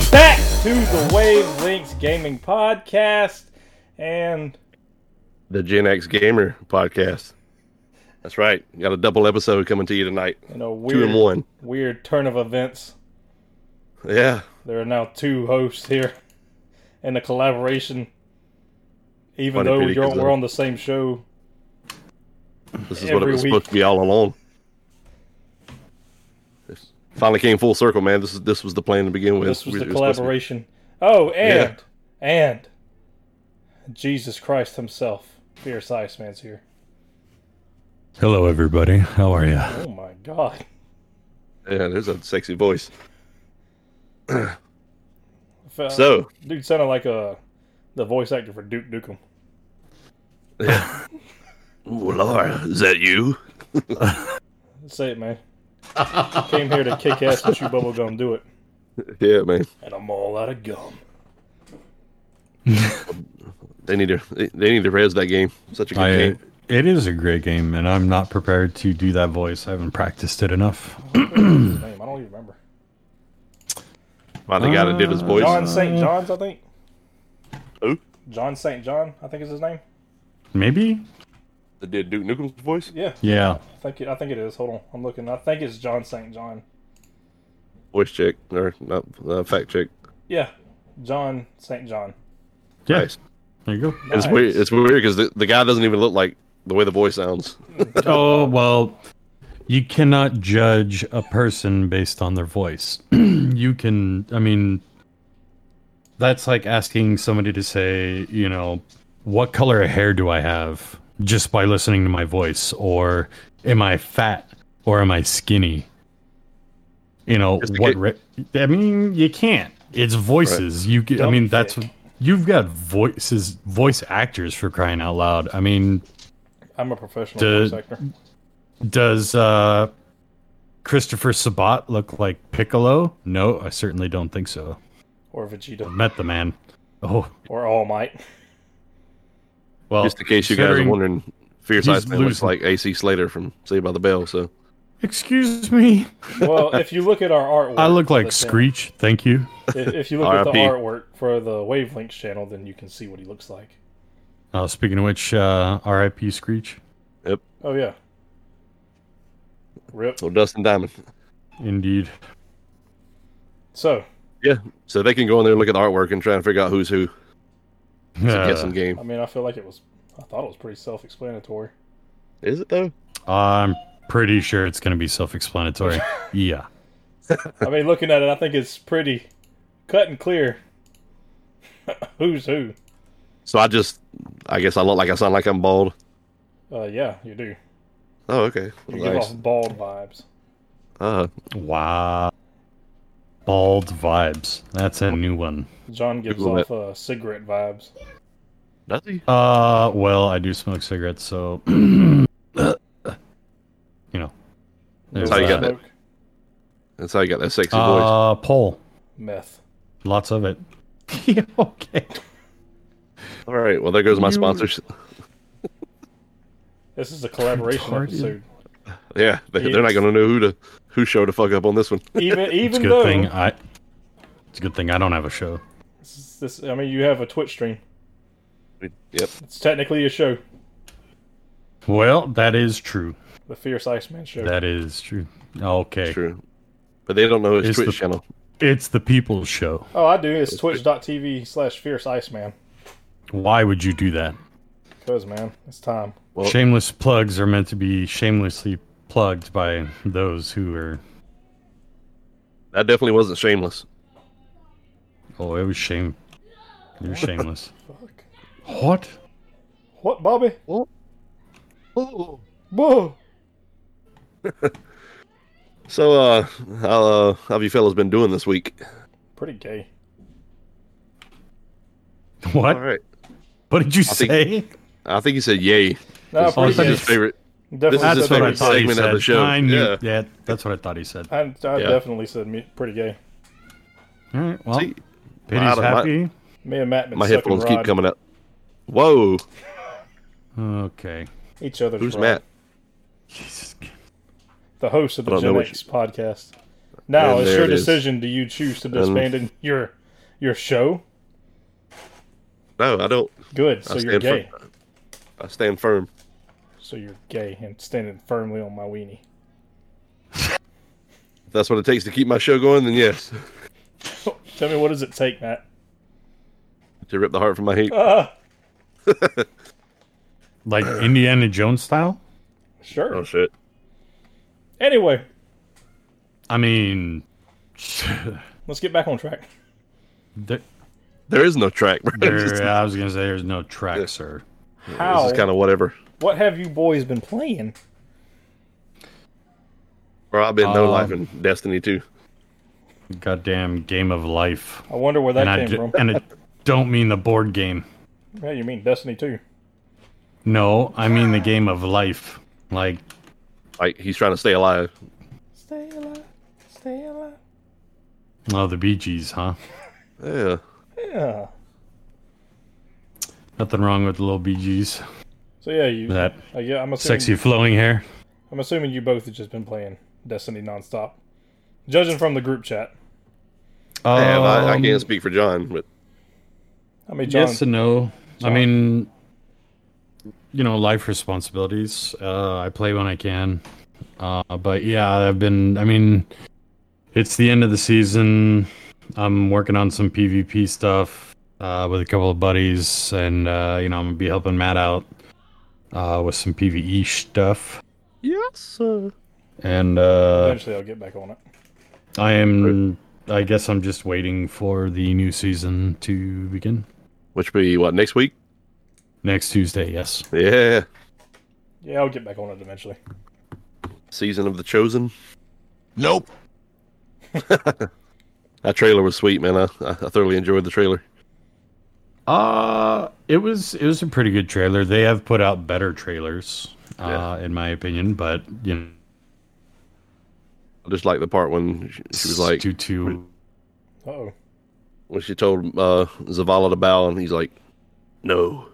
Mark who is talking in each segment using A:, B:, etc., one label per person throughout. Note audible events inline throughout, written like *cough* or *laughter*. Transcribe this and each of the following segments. A: to the Wave Links Gaming Podcast. And
B: The Gen X Gamer podcast. That's right. Got a double episode coming to you tonight.
A: in a
B: Two and
A: weird,
B: one.
A: weird turn of events,
B: Yeah.
A: there are now two hosts here in the collaboration. Even
B: Funny,
A: though
B: Petey,
A: you're,
B: 'cause
A: we're
B: I'm-
A: on the same show,
B: This is what it
A: Every
B: was
A: week.
B: supposed to be all along. This finally came full circle, man. This is this was the plan to begin with.
A: this was
B: We-
A: the
B: it supposed to be-
A: collaboration. Oh, and
B: Yeah.
A: and Jesus Christ Himself, Fierce Iceman's here.
C: Hello, everybody. How are you?
A: Oh my God!
B: Yeah, there's a sexy voice.
A: Fe-
B: So,
A: dude sounded like a the voice actor for Duke Nukem.
B: ooh, Laura, is that you?
A: Say it, man. Came here to kick ass and chew bubble gum. Do it.
B: Yeah, man.
A: And I'm all out of *clears throat* gum.
B: They need to they, they need to res that game. Such a good
C: I,
B: game.
C: it is a great game, and I'm not prepared to do that voice. I haven't practiced it enough.
A: His name, I don't even remember.
B: Finally got it. Did his voice.
A: Uh,
C: uh,
A: John St. John's, I think.
B: Who?
A: John St. John, I think is his name.
C: Maybe?
B: That Did Duke Nukem's voice?
A: Yeah,
C: Yeah.
A: I think it, I think it is. Hold on, I'm looking. I think it's John St. John.
B: Voice check or not? Uh, fact check.
A: Yeah, John St. John.
C: Yeah.
B: Nice.
C: There you go.
B: It's
A: Nice.
B: weird. It's weird because the, the guy doesn't even look like the way the voice sounds.
C: *laughs* Oh, well, you cannot judge a person based on their voice. *clears throat* you can, I mean, that's like asking somebody to say, you know, what color of hair do I have just by listening to my voice? Or am I fat or am I skinny? You know,
B: Just to
C: what,
B: get-
C: ra- I mean, you can't. It's voices. You get, I
A: Dumb
C: mean, that's,
A: thick.
C: you've got voices, voice actors for crying out loud. I mean,
A: I'm a professional
C: Duh.
A: voice actor.
C: does uh Christopher Sabat look like Piccolo? No, I certainly don't think so.
A: or Vegeta
C: Met the man. Oh,
A: or All Might.
C: well.
B: Just in case you guys are
C: considering-
B: wondering, Fierce
C: he's
B: Iceman looks
C: losing.
B: like AC Slater from Saved by the Bell. So
C: Excuse me.
A: Well, if you look at our artwork,
C: I look like
A: that's him.
C: Screech. Thank you.
A: If, if you look at the
B: R.I.P..
A: artwork for the Wavelengths channel, then you can see what he looks like.
C: Uh, speaking of which, uh, R.I.P. Screech.
A: Oh yeah. Rip.
B: so Dustin Diamond.
C: Indeed.
A: So
B: So they can go in there and look at the artwork and try and figure out who's who. It's
C: Uh,
B: a guessing
A: I
B: game.
A: mean, I feel like it was. I thought it was pretty self-explanatory.
B: Is it though?
C: I'm pretty sure it's going to
B: *laughs*
C: be self-explanatory. yeah.
A: I mean, looking at it, I think it's pretty cut and clear. *laughs* Who's who?
B: So I just, I guess I look like I sound like I'm bald.
A: Uh, yeah, you do.
B: Oh, okay.
A: You give
B: nice.
A: off bald vibes.
B: Uh,
C: Wow. Bald vibes. That's a new one.
A: John gives
B: Google
A: off uh, cigarette vibes.
B: does he?
C: Uh, well, I do smoke cigarettes, so *clears throat* you know.
B: That's
C: There's
B: how you got
C: that.
B: that That's how you got that sexy voice.
C: Uh, pole.
A: Meth.
C: Lots
B: *laughs*
C: of it. Yeah, okay.
B: All right. Well, there goes my
C: you-
B: sponsors.
A: This is a collaboration
C: Retarded.
A: episode.
B: Yeah, they, they're not
A: Yes.
B: gonna know who to who show to fuck up on this one.
A: Even
C: It's a
A: even
C: good
A: though
C: thing I. It's a good thing I don't have a show.
A: this, is- this, I mean, you have a Twitch stream.
B: Yep.
A: It's technically a show,
C: Well, that is true.
A: the Fierce Iceman show.
C: That is true. Okay.
B: True. But they don't know his
C: It's
B: Twitch
C: the-
B: channel.
C: It's the people's show.
A: oh, I do. It's twitch.tv slash Fierce Iceman.
C: Why would you do that?
A: Cause man, it's time.
B: Well-
C: Shameless plugs are meant to be shamelessly plugged by those who are.
B: That definitely wasn't shameless.
C: Oh, it was shame. You're
B: *laughs*
C: shameless.
A: Fuck.
C: what?
A: What, Bobby?
B: Oh.
A: Whoa.
B: So, uh, how, uh, how have you fellas been doing this week?
A: Pretty gay.
C: What?
B: All right.
C: What did you
B: think-
C: say?
B: I think he said yay.
A: No,
B: This is
A: pretty
B: his
A: gay.
B: favorite.
A: Definitely
B: This is his
C: That's
A: said
C: what I
B: favorite
C: thought he
B: segment of
C: said.
B: the show.
C: I knew,
B: Yeah.
C: yeah. that's what I thought he said.
A: I, I
B: Yeah.
A: definitely said me, pretty gay.
C: All right, well,
B: See, my-
C: Piddy's
B: my-
C: happy.
A: Me and Matt been
B: My
A: sucking
B: headphones
A: rod,
B: keep coming up. Whoa,
C: Okay.
A: Each other's
B: who's
A: rod.
B: Matt?
C: Jesus.
A: The host of
B: I
A: the
B: don't know
A: Gen
B: what
A: X podcast. Now
B: And
A: it's
B: there
A: your
B: it is.
A: decision. Do you choose to disband in your your show?
B: No, I don't.
A: Good. So
B: I
A: you're gay.
B: Firm. I stand firm.
A: So you're gay and standing firmly on my weenie. *laughs*
B: If that's what it takes to keep my show going, then yes. *laughs*
A: Tell me, what does it take, Matt?
B: to rip the heart from my heat.
A: Uh,
C: Like Indiana Jones style?
A: sure.
B: Oh shit.
A: Anyway,
C: I mean, *laughs*
A: let's get back on track.
C: there,
B: There is no track. bro. *laughs* It's
C: there,
B: just-
C: I was going to say there's no track, sir.
A: How?
B: This is kind of whatever.
A: What have you boys been playing?
B: Or I've been no
C: Um,
B: life in Destiny too.
C: Goddamn game of life.
A: I wonder where that
C: and, I
A: came
B: *laughs*
C: d-
A: from.
C: and I don't mean the board game.
A: Yeah, you mean Destiny 2.
C: No, I mean the game of life. Like,
B: Like he's trying to stay alive.
A: Stay alive. Stay alive.
C: oh, the Bee Gees, huh?
B: Yeah.
A: Yeah.
C: Nothing wrong with the little Bee Gees.
A: So yeah, you.
C: That
A: Uh, yeah, I'm assuming.
C: sexy flowing hair.
A: I'm assuming you both have just been playing Destiny nonstop, judging from the group chat.
C: Oh,
B: Damn, I, I can't speak for John, but
A: I mean, John.
C: Yes and no.
A: John.
C: I mean, you know, life responsibilities. Uh, I play when I can. Uh, but yeah, I've been. I mean, it's the end of the season. I'm working on some PvP stuff uh, with a couple of buddies, and uh, you know, I'm gonna be helping Matt out uh, with some PVE stuff.
B: yes, sir.
C: And uh,
A: eventually, I'll get back on it.
C: I am. I guess I'm just waiting for the new season to begin
B: Which be what next week?
C: next Tuesday. Yes.
B: Yeah,
A: Yeah, I'll get back on it eventually.
B: season of the chosen. Nope. *laughs* that trailer was sweet, man. I, I thoroughly enjoyed the trailer.
C: Uh it was it was a pretty good trailer. They have put out better trailers,
B: Yeah.
C: uh, in my opinion, but you know
B: I just like the part when she, she was like
C: too too
A: Uh oh.
B: when she told uh, Zavala to bow, and he's like, "No."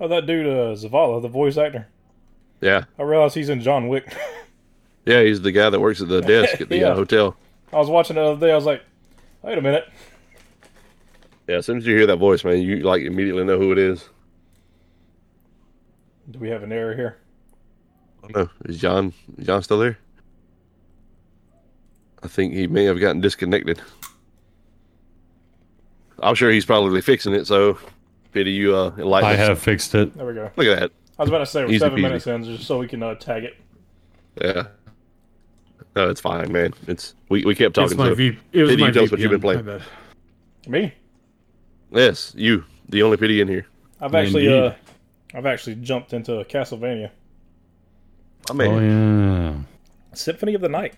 A: Oh, that dude uh, Zavala, the voice actor.
B: Yeah,
A: I realized he's in John Wick. *laughs*
B: yeah. He's the guy that works at the desk at the
A: Yeah.
B: uh, hotel.
A: I was watching it the other day. I was like, wait a minute.
B: Yeah, as soon as you hear that voice, man, you like immediately know who it is.
A: Do we have an error here?
B: I don't know. Oh, Is John is John still there? I think he may have gotten disconnected. I'm sure he's probably fixing it, so pity you uh enlighten
C: I
B: us.
C: have fixed it.
A: There we go.
B: Look at
A: I was about to say we're
B: Easy
A: seven
B: peasy.
A: minutes in, just so we can uh, tag it.
B: that. Yeah. No, it's fine, man. It's we, we kept talking
C: it's my
B: to
C: v, it was
B: Did you
C: my
B: tell us what you've been
C: VPN,
B: playing?
C: my bad.
A: Me,
B: Yes, you. The only pity in here.
A: I've actually,
C: Indeed.
A: uh, I've actually jumped into Castlevania
B: My
C: Oh
B: man.
C: yeah.
A: Symphony of the Night.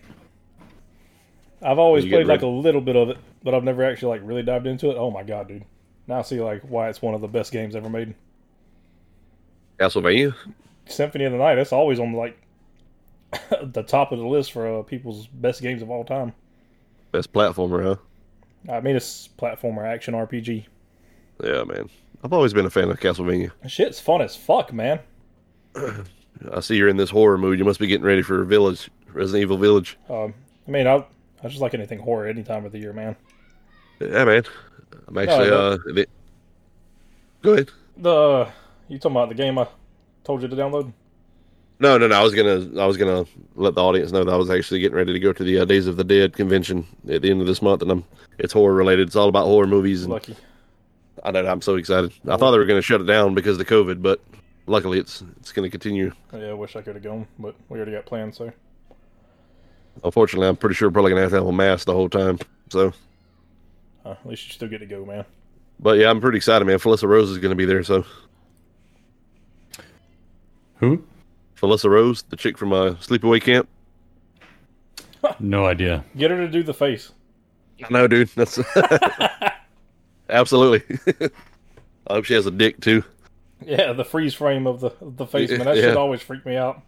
A: I've always
B: You get
A: played like a
B: rid-
A: little bit of it, but I've never actually like really dived into it. Oh my god, dude! Now I see like why it's one of the best games ever made.
B: Castlevania?
A: Symphony of the Night. That's always on like *laughs* the top of the list for uh, people's best games of all time.
B: Best platformer, huh?
A: I mean, it's platformer action RPG.
B: Yeah, man. I've always been a fan of Castlevania.
A: Shit's fun as fuck, man.
B: I see you're in this horror mood. You must be getting ready for Village, Resident Evil Village.
A: Um, I mean, I I just like anything horror any time of the year, man.
B: Yeah, man. I'm actually
A: No,
B: uh. the- Go ahead.
A: The you talking about the game I told you to download?
B: No, no, no. I was gonna, I was gonna let the audience know that I was actually getting ready to go to the uh, Days of the Dead convention at the end of this month, and I'm, it's horror related. It's all about horror movies, and
A: Lucky.
B: I know I'm so excited. I thought they were gonna shut it down because of the COVID, but luckily it's it's gonna continue.
A: Yeah, I wish I could have gone, but we already got plans. So
B: Unfortunately, I'm pretty sure probably gonna have to have a mask the whole time. So,
A: uh, at least you still get to go, man.
B: but yeah, I'm pretty excited, man. Felissa Rose is gonna be there. So,
C: Who?
B: Felissa Rose, the chick from uh, Sleepaway Camp.
C: No idea.
A: Get her to do the face.
B: I know, dude. That's *laughs* absolutely. *laughs* I hope she has a dick too.
A: Yeah, the freeze frame of the of the face, man. That
B: Yeah.
A: shit always freaked me out.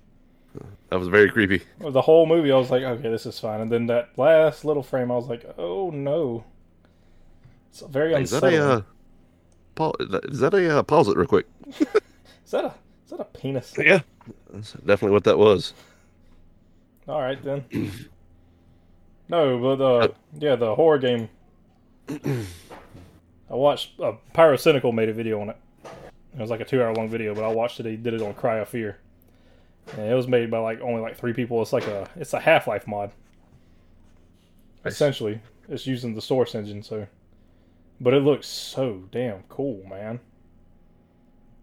B: That was very creepy.
A: The whole movie, I was like, okay, this is fine. And then that last little frame, I was like, oh no. It's very
B: Hey, Is that
A: unsettling.
B: a uh, pa- is that a uh, pause it real quick?
A: is that a is that a penis?
B: Yeah, that's definitely what that was.
A: All right then. No, but uh, yeah, the horror game. I watched uh, Pyrocynical made a video on it. It was like a two-hour-long video, but I watched it. He did it on Cry of Fear, and it was made by like only like three people. It's like a it's a Half-Life mod.
B: Nice.
A: Essentially, it's using the Source engine. So, but it looks so damn cool, man.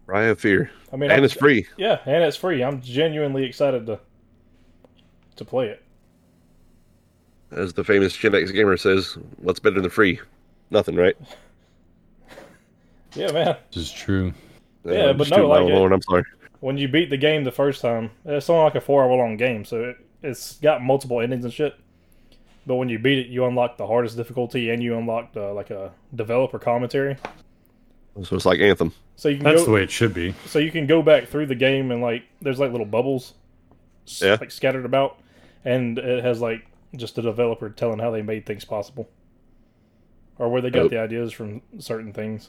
B: Cry of Fear,
A: I mean,
B: and
A: I'm-
B: it's free.
A: yeah, and it's free. I'm genuinely excited to to play it.
B: As the famous Gen X gamer says, "What's better than free? Nothing, right?"
A: Yeah, man.
C: Which is true.
B: Uh,
A: Yeah, but
B: just
A: no,
B: do my
A: like it-
B: alone, I'm sorry.
A: when you beat the game the first time, it's only like a four hour long game, so it, it's got multiple endings and shit. But when you beat it, you unlock the hardest difficulty and you unlock the, like a developer commentary,
B: So it's like Anthem.
A: so you can
C: That's
A: go,
C: the way it should be.
A: so you can go back through the game and like there's like little bubbles, s-
B: Yeah.
A: like scattered about, and it has like just the developer telling how they made things possible, or where they got
B: Oh.
A: the ideas from certain things.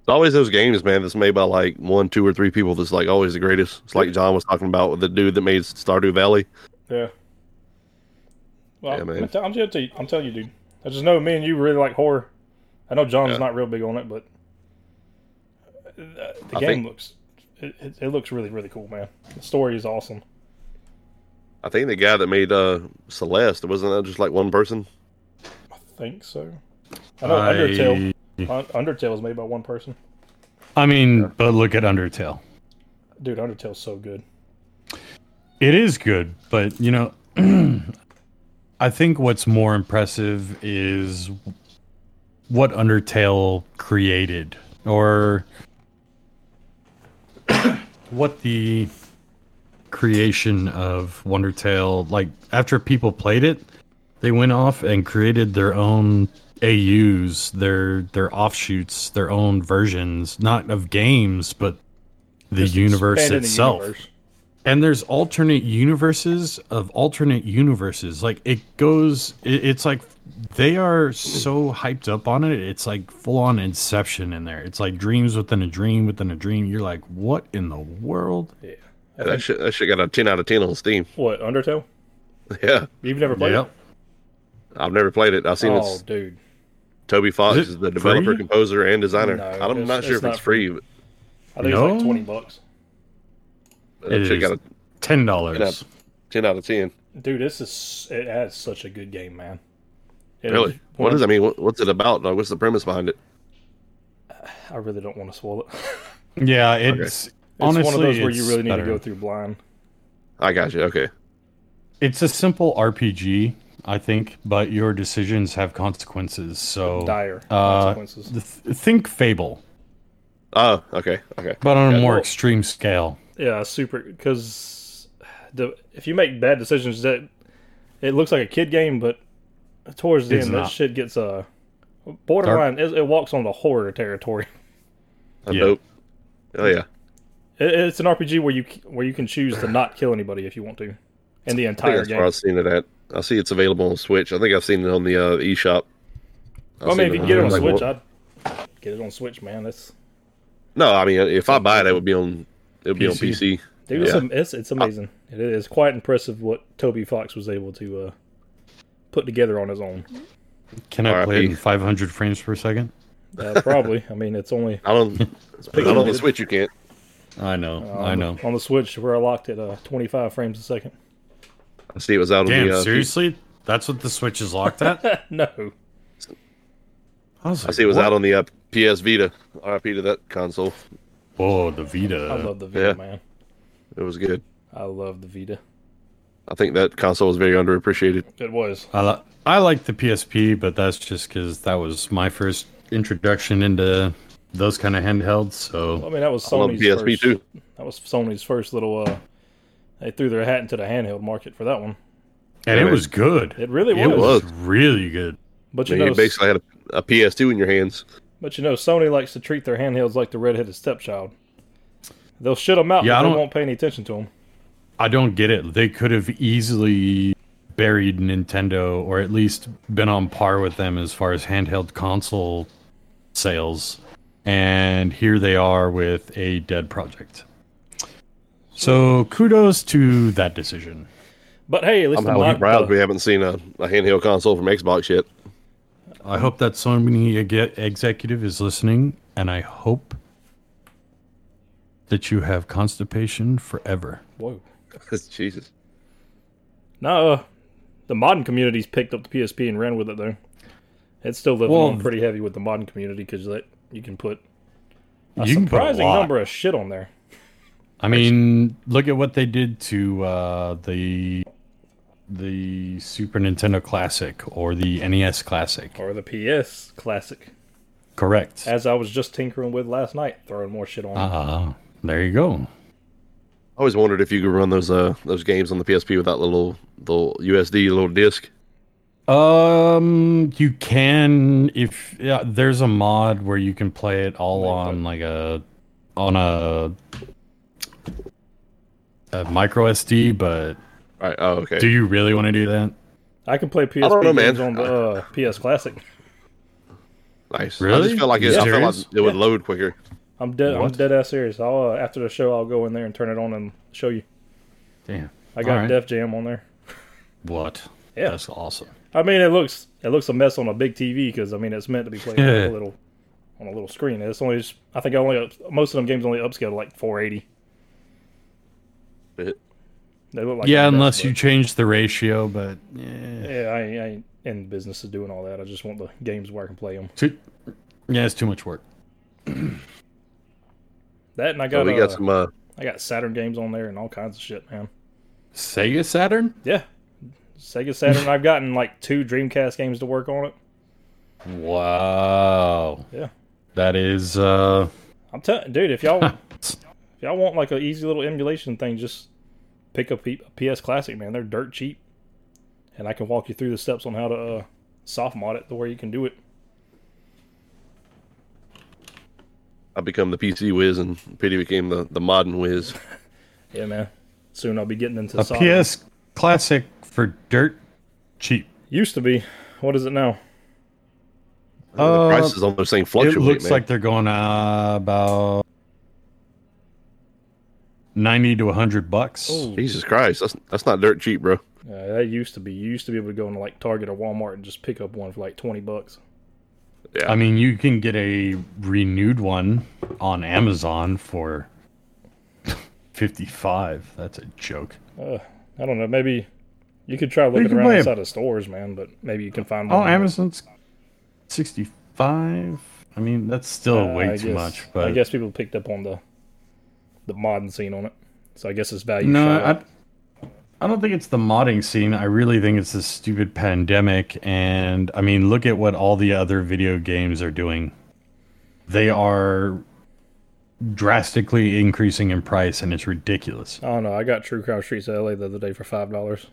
B: It's always those games, man, that's made by like one, two, or three people that's like always the greatest. It's like John was talking about with the dude that made Stardew Valley.
A: Yeah. Well,
B: Yeah,
A: I'm,
B: man.
A: I'm, tell- I'm telling you, I'm telling you, dude. I just know me and you really like horror. I know John's
B: Yeah.
A: not real big on it, but the, the
B: I
A: game
B: think-
A: looks it, it, it looks really really cool, man. The story is awesome.
B: I think the guy that made uh, Celeste, wasn't that just like one person?
A: I think so. I know Undertale. Un- Undertale is made by one person.
C: I mean, but look at Undertale.
A: Dude, Undertale's so good.
C: It is good, but you know, *clears throat* I think what's more impressive is what Undertale created, or *coughs* what the creation of Undertale like after people played it, they went off and created their own AUs, their their offshoots, their own versions, not of games, but the
A: Just
C: universe
A: expanded the
C: itself
A: universe.
C: and there's alternate universes of alternate universes like it goes it, it's like they are so hyped up on it it's like full on inception in there it's like dreams within a dream within a dream you're like what in the world
A: Yeah. I
B: Yeah, that
A: think-
B: shit, that shit got a 10 out of 10 on Steam. *laughs*
A: what Undertale?
B: Yeah.
A: You've never played
C: Yep.
B: I've never played it. I've seen
A: it? Oh,
B: it's
A: dude.
B: Toby Fox
C: Is
B: is,
C: it
B: the developer,
C: free?
B: composer, and designer.
A: No,
B: I'm
A: it's-
B: not sure
A: it's
B: if
A: not
B: it's free,
A: I think it's like
C: No?
A: twenty bucks.
B: but that
C: It
B: shit
C: is.
B: got a
C: ten dollars
B: 10 out of 10.
A: Dude, this is it has such a good game, man. It is
B: Really?
A: one
B: What
A: of-
B: does that mean? What- What's it about? Like, what's the premise behind it?
A: I really don't want to spoil it. *laughs* it's
C: yeah it's honestly
A: one of those where you
C: it's
A: really need
C: better.
A: to go through blind.
B: I got you. Okay.
C: it's a simple rpg i think but your decisions have consequences so
A: Dire
C: uh,
A: consequences.
C: th- think fable
B: Oh, okay. Okay.
C: but on a
B: Yeah,
C: more
B: well-
C: extreme scale
A: yeah, super. Because the if you make bad decisions, that it looks like a kid game, but towards the
C: It's
A: end, that
C: not.
A: shit gets uh, borderline. It, it walks on the horror territory.
B: That's
C: Yeah.
B: dope. Oh, yeah.
A: It, it's an RPG where you c- where you can choose to not kill anybody if you want to, in the
B: I think
A: entire
B: that's where
A: game.
B: I've seen it at. I see it's available on Switch. I think I've seen it on the uh, eShop.
A: I
B: I've
A: mean,
B: seen
A: if you can
B: on
A: get it on
B: there.
A: Switch,
B: Like,
A: I'd get it on Switch, man. That's
B: No, I mean, if I buy it, it would be on. It would be on
C: PC.
B: PC.
A: Dude, it's, am- it's it's amazing. It is quite impressive what Toby Fox was able to uh, put together on his own.
C: can i play it
B: RIP.
C: in 500 frames per second
A: Uh,
B: *laughs*
A: probably. I mean, it's only
B: I don't.
A: it's
B: not on the
A: pixelated.
B: Switch. You can't.
C: I know,
B: Oh,
A: Uh, on
C: I
A: the-
C: know.
A: On the Switch, we're locked at uh, 25 frames a second. *laughs*
B: I see it was out on
C: Damn,
B: the. Uh,
C: seriously? That's what the Switch is
B: *laughs*
C: locked at?
A: no,
C: I, was
B: I see it was out on the uh, PS Vita. RIP to that console.
C: Oh, the
A: I
C: Vita.
A: love the Vita,
B: yeah.
A: man.
B: It was good.
A: I love the Vita.
B: I think that console was very underappreciated.
A: It was.
C: I, li- I like the PSP, but that's just because that was my first introduction into those kind of handhelds.
A: I
C: So
A: mean, that was
B: I love
A: Sony's
B: PSP
A: first.
B: too.
A: That was Sony's first little. Uh, they threw their hat into the handheld market for that one.
C: and it was good.
A: It really
C: It
A: was.
C: was really good.
A: But
B: I
A: you
B: mean,
A: know,
B: you basically had a, a PS2 in your hands.
A: But you know, Sony likes to treat their handhelds like the redheaded stepchild. They'll shit them out,
C: Yeah,
A: but
C: I
A: they
C: don't-
A: won't pay any attention to them.
C: I don't get it. They could have easily buried Nintendo or at least been on par with them as far as handheld console sales. And here they are with a dead project. So kudos to that decision.
A: But hey, at least
B: I'm
A: the
B: hella
A: mod-
B: surprised we
A: the,
B: haven't seen a, a handheld console from Xbox yet.
C: I hope that Sony exe- executive is listening, and I hope that you have constipation forever.
A: whoa.
B: Jesus.
A: No, uh, the modern community's picked up the PSP and ran with it though. It's still living
C: Well,
A: on pretty heavy with the modern community because that you can put a
C: You can put a
A: surprising
C: lot.
A: number of shit on there.
C: I mean, look at what they did to uh, the the Super Nintendo Classic or the NES Classic.
A: Or the PS Classic,
C: Correct.
A: as I was just tinkering with last night, throwing more shit on.
C: Ah, there you go.
B: I always wondered if you could run those uh those games on the PSP without the little the USD little disc.
C: Um, you can if yeah, there's a mod where you can play it all on like a on a, a micro SD, but
B: Right. Oh, okay.
C: do you really want to do that?
A: I can play PSP
B: don't know, man.
A: games on the uh, PS Classic.
B: nice. I
C: Really?
B: just felt like it,
C: Yeah.
B: I felt like
C: Serious?
B: it would load quicker.
A: I'm dead. I'm
C: What?
A: dead ass serious. I'll uh, after the show, I'll go in there and turn it on and show you.
C: Damn.
A: I got
C: Alright.
A: Def Jam on there.
C: What?
A: Yeah.
C: That's awesome.
A: I mean, it looks it looks a mess on a big TV because I mean it's meant to be played on
C: Yeah.
A: a little on a little screen. It's only just, I think I only up- most of them games only upscale to like 480.
B: Bit.
A: They look like
C: yeah,
A: a mess,
C: unless
A: but-
C: you change the ratio, but yeah,
A: Yeah, I, ain't- I ain't in business of doing all that. I just want the games where I can play them.
C: too, yeah, it's too much work.
A: That and I
B: So
A: got,
B: we
A: uh,
B: got some uh
A: I got Saturn games on there and all kinds of shit, man.
C: Sega Saturn?
A: Yeah, Sega
C: *laughs*
A: Saturn. I've gotten like two Dreamcast games to work on it.
C: Wow.
A: Yeah.
C: That is uh
A: I'm telling, dude, if y'all if y'all want like an easy little emulation thing, just pick up P- PS Classic, man. They're dirt cheap, and I can walk you through the steps on how to uh, soft mod it the way you can do it.
B: I become the PC whiz and Petey became the, the modern whiz.
A: Yeah, man. Soon I'll be getting into
C: a
A: soldering.
C: PS classic for dirt cheap.
A: Used to be. What is it now?
B: the
C: Uh,
B: prices on those things fluctuate,
C: it looks
B: man.
C: like they're going uh, about 90 to 100 bucks.
B: Jesus Christ, that's that's not dirt cheap, bro.
A: Uh, that used to be. You used to be able to go into like Target or Walmart and just pick up one for like twenty bucks.
C: I mean, you can get a renewed one on Amazon for 55. That's a joke.
A: Uh, I don't know. Maybe you could try looking
C: can
A: around
C: play 'em.
A: outside of stores, man. But maybe you can find one.
C: Oh, Amazon's 65. I mean, that's still
A: Uh,
C: Oh, way
A: I
C: too
A: guess-
C: much, but
A: I guess people picked up on the the modern scene on it. So I guess it's value.
C: No,
A: shot up.
C: I, I don't think it's the modding scene. I really think it's this stupid pandemic. And I mean, look at what all the other video games are doing. They are drastically increasing in price, and it's ridiculous.
A: I don't know. I got True Crime Streets of LA the other day for five dollars.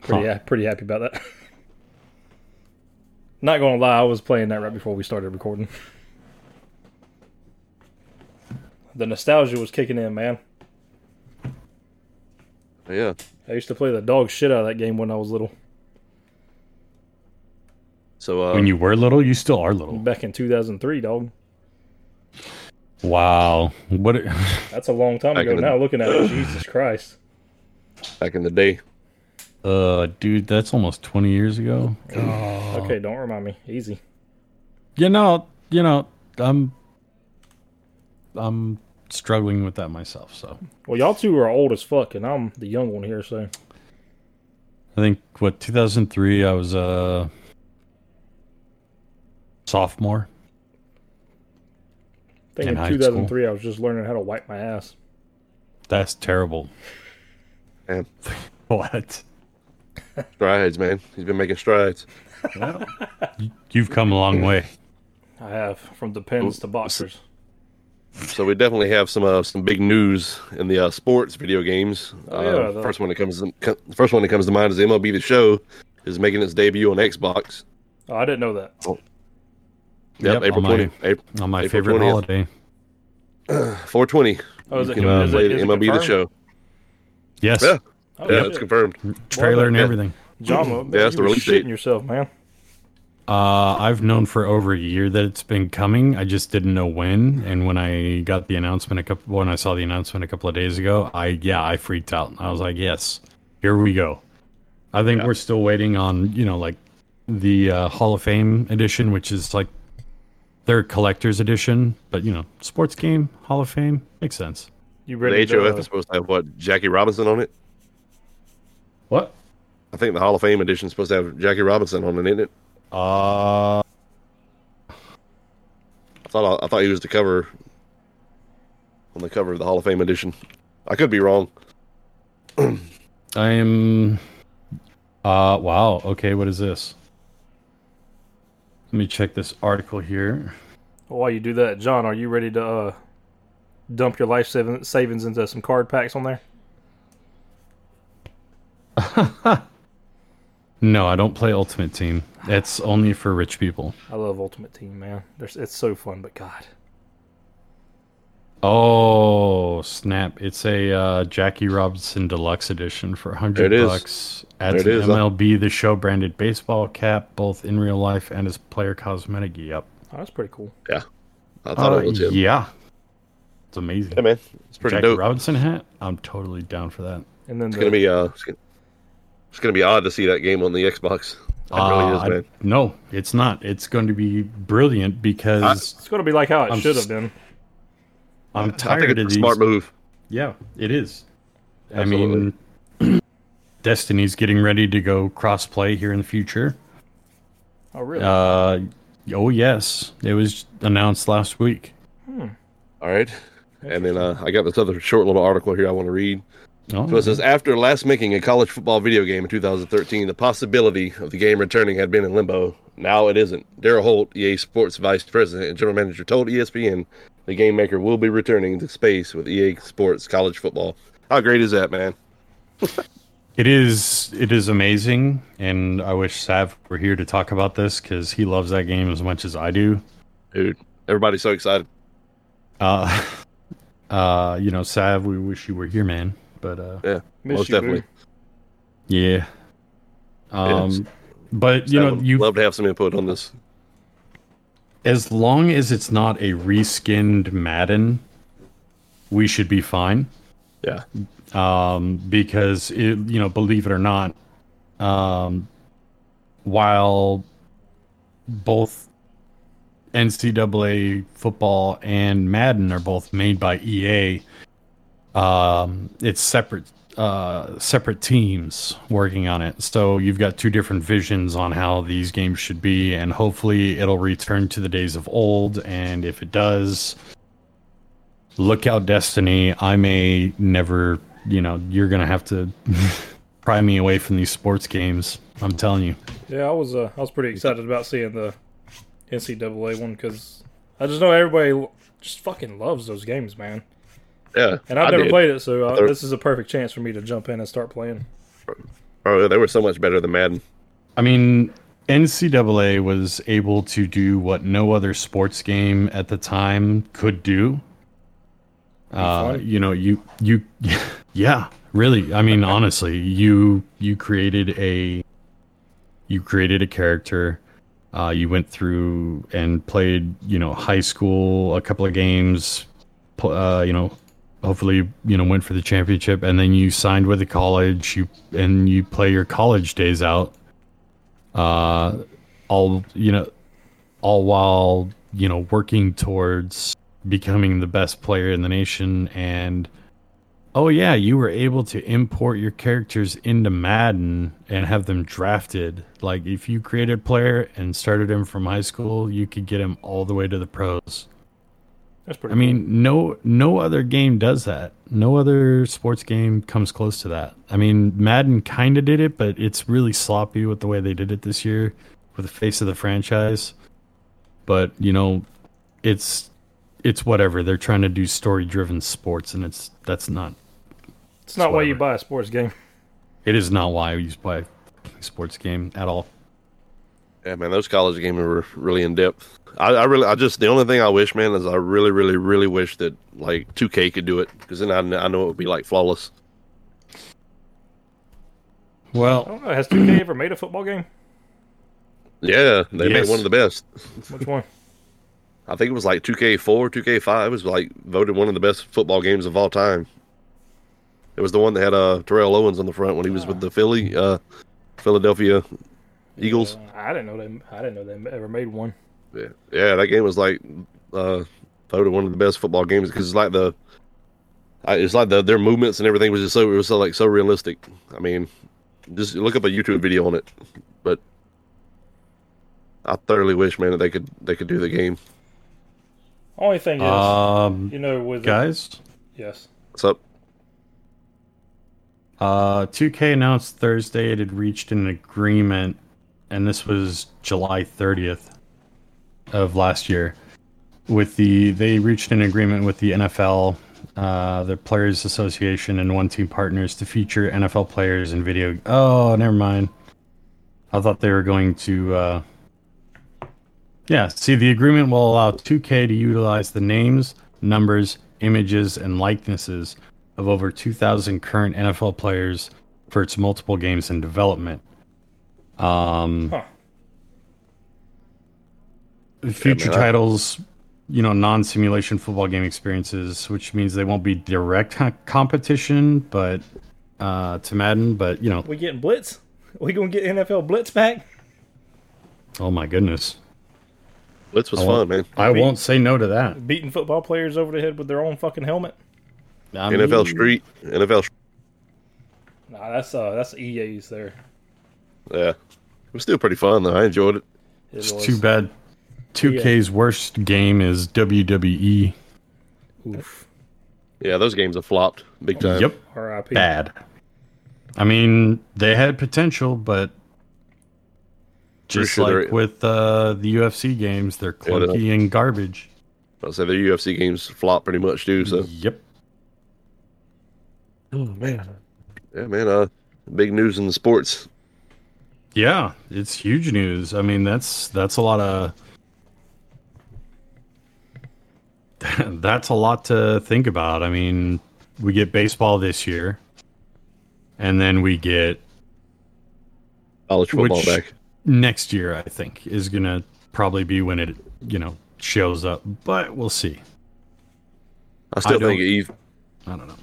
A: Pretty,
C: Huh.
A: ha- pretty happy about that. *laughs* Not gonna lie, I was playing that right before we started recording. the nostalgia was kicking in, man.
B: Yeah.
A: I used to play the dog shit out of that game when I was little,
B: So uh
C: When you were little, you still are little.
A: back in 2003, dog.
C: Wow. What? *laughs* a-
A: That's a long time
B: Back
A: ago
B: in the-
A: now. Looking at
B: *coughs*
A: it, Jesus Christ.
B: back in the day.
C: Uh, dude, that's almost 20 years ago.
B: Uh-huh.
A: Okay, don't remind me. Easy.
C: You know, you know, I'm, I'm struggling with that myself. So
A: Well, y'all two are old as fuck, and I'm the young one here, so
C: I think what 2003 I was a sophomore.
A: I think
C: In
A: in,
C: high
A: 2003 I was just learning how to wipe my ass.
C: That's terrible.
B: Man,
C: *laughs* What?
B: strides, man. He's been making strides.
C: You've come a long way.
A: I have from the pins to boxers.
B: So we definitely have some uh, some big news in the uh, sports video games.
A: Oh,
B: uh,
A: yeah, the-
B: First one that comes to, co- the first one that comes to mind is MLB The Show is making its debut on Xbox.
A: Oh, I didn't know that.
B: Yep, April
C: on my,
B: twenty, April
C: on my
B: April
C: favorite
B: 20th.
C: holiday.
B: four twenty.
A: Oh, is it,
B: You can
A: is
B: uh,
A: it-
B: play
A: is it
B: MLB The
A: confirmed?
B: Show.
C: Yes,
B: Yeah,
A: Oh,
B: yeah,
A: shit.
B: it's confirmed.
C: trailer and
B: Yeah.
C: everything.
A: John,
B: that's
A: you
B: the
A: were
B: release
A: shitting
B: date.
A: yourself, man.
C: Uh, I've known for over a year that it's been coming. I just didn't know when. And when I got the announcement a couple, when I saw the announcement a couple of days ago, I yeah, I freaked out. I was like, yes, here we go. I think
B: Yeah.
C: we're still waiting on you know like the uh, Hall of Fame edition, which is like their collector's edition. But you know, sports game Hall of Fame makes sense.
A: You
B: The
A: ready?
B: HOF
A: to, uh,
B: is supposed to have what Jackie Robinson on it.
C: What?
B: I think the Hall of Fame edition is supposed to have Jackie Robinson on it, isn't it?
C: Uh,
B: I thought I thought he was the cover on the cover of the Hall of Fame edition. I could be wrong.
C: I am. Uh, wow. Okay, what is this? Let me check this article here.
A: while you do that, John, are you ready to uh, dump your life savin- savings into some card packs on there?
C: No, I don't play Ultimate Team. It's only for rich people.
A: I love Ultimate Team, man. There's, it's so fun, but God,
C: Oh snap! It's a uh, Jackie Robinson Deluxe Edition for hundred
B: There it is.
C: bucks. Adds
B: There it
C: an
B: is.
C: MLB The Show branded baseball cap, both in real life and as player cosmetic. Yep.
A: oh, that's pretty cool.
B: I thought
C: Uh,
B: it was him. Yeah,
C: yeah, it's amazing.
B: man, it's pretty
C: Jackie
B: dope.
C: Robinson hat. I'm totally down for that.
A: And then
B: It's
A: the,
B: gonna be uh, it's gonna, it's gonna be odd to see that game on the Xbox. It really
C: Uh,
B: is,
C: I-
B: man.
C: no, it's not. It's going to be brilliant because
A: it's going to be like how it
C: I'm
A: should
C: s-
A: have been.
C: I,
B: I
C: am
B: think
C: tired
B: it's
C: of
B: a
C: these.
B: smart move.
C: Yeah, it is. I
B: Absolutely.
C: mean, *clears throat* Destiny's getting ready to go crossplay here in the future.
A: Oh, really?
C: Uh, oh yes, it was announced last week.
B: All right. And then uh, I got this other short little article here I want to read.
C: Oh,
B: So it says After last making a college football video game in 2013, the possibility of the game returning had been in limbo. Now it isn't. Daryl Holt, EA Sports Vice President and General Manager, told E ESPN the game maker will be returning to space with EA Sports College Football. How great is that, man?
C: it is. It is amazing, and I wish Sav were here to talk about this because he loves that game as much as I do.
B: Dude, everybody's so excited.
C: Uh, *laughs* uh, you know, Sav, we wish you were here, man. But uh,
A: Miss
B: most
A: you,
B: definitely.
A: boo.
C: Yeah.
B: it's-
C: Um, but you
B: I
C: know,
B: would
C: you
B: love to have some input on this.
C: as long as it's not a reskinned Madden, we should be fine.
B: Yeah.
C: Um, because it, you know, believe it or not, um, while both NCAA football and Madden are both made by EA, um, it's separate uh, separate teams working on it. So you've got two different visions on how these games should be, and hopefully it'll return to the days of old. And if it does, look out, Destiny. I may never, you know, you're gonna have to *laughs* pry me away from these sports games. I'm telling you.
A: Yeah, I was uh, I was pretty excited about seeing the NCAA one because I just know everybody l- just fucking loves those games, man.
B: Yeah.
A: And I've
B: I
A: never
B: did.
A: played it, so uh
B: They're-
A: this is a perfect chance for me to jump in and start playing.
B: Oh, they were so much better than Madden.
C: I mean, NCAA was able to do what no other sports game at the time could do. Uh,
A: fun.
C: you know, you you, *laughs* yeah, really. I mean, honestly, you you created a you created a character. Uh, you went through and played, you know, high school, a couple of games, pl- uh, you know, hopefully, you know, went for the championship, and then you signed with a college. You and you play your college days out uh, all you know, all while you know working towards becoming the best player in the nation. And oh yeah, you were able to import your characters into Madden and have them drafted. Like if you created a player and started him from high school, you could get him all the way to the pros.
A: That's pretty.
C: I mean, no no other game does that. No other sports game comes close to that. I mean, Madden kind of did it, but it's really sloppy with the way they did it this year with the face of the franchise. But, you know, it's it's whatever. They're trying to do story-driven sports and it's that's not
A: cool. it's not why you
C: whatever.
A: buy a sports game.
C: it is not why we play a sports game at all.
B: Yeah, man, those college games were really in depth. I, I really, I just the only thing I wish, man, is I really, really, really wish that like 2K could do it because then I, kn- I know it would be like flawless.
A: I
C: Well, *clears throat*
A: don't know. Has 2K ever made a football game?
B: Yeah, they
C: Yes.
B: made one of the best.
A: Which one?
B: I think it was like 2K4, 2K5 was like voted one of the best football games of all time. It was the one that had uh, Terrell Owens on the front when he was with the Philly, uh, Philadelphia Eagles.
A: Uh, I didn't know they. I didn't know they ever made one.
B: Yeah, that game was like uh, voted one of the best football games because it's like the, I, it's like the their movements and everything was just so it was so like so realistic. I mean, just look up a YouTube video on it. But I thoroughly wish, man, that they could they could do the game.
A: Only thing is,
C: Um,
A: you know, with
C: guys,
A: yes,
B: What's up?
C: uh, 2K announced Thursday it had reached an agreement, and this was July 30th of last year. With the they reached an agreement with the NFL, uh, the Players Association, and One Team Partners to feature NFL players in video. Oh, never mind. I thought they were going to. Uh, yeah, see, the agreement will allow 2K to utilize the names, numbers, images, and likenesses of over 2,000 current NFL players for its multiple games in development. Um,
A: Huh.
C: Future
B: man, I-
C: titles, you know, non simulation football game experiences, which means they won't be direct *laughs* co- competition, but uh, to Madden, but, you know,
A: we getting blitz. *laughs* We gonna get NFL blitz back.
C: oh my goodness.
B: Blitz was
C: I
B: fun,
C: won't-
B: man.
C: I won't say no to that.
A: Beating football players over the head with their own fucking helmet.
C: I
B: NFL
C: mean-
B: Street, NFL. Street,
A: Nah, that's uh, that's EA's there.
B: Yeah, it was still pretty fun though. I enjoyed it.
A: It
C: It's
A: was.
C: too bad. 2K's worst game is E. WWE.
A: Oof.
B: Yeah, those games have flopped big time.
C: Yep,
A: R.I.P.
C: bad. I mean, they had potential, but just
B: sure
C: like
B: they're-
C: with uh, the UFC games, they're
B: Yeah, they're-
C: clunky and garbage.
B: I say their UFC games flop pretty much too. So
C: Yep.
B: yeah, man. Uh, big news in the sports.
C: Yeah, it's huge news. I mean, that's that's a lot of *laughs* that's a lot to think about. I mean, we get baseball this year, and then we get
B: College football
C: Which-
B: back.
C: next year i think is gonna probably be when it you know shows up but we'll see
B: I still
C: don't-
B: think at E.
C: i don't know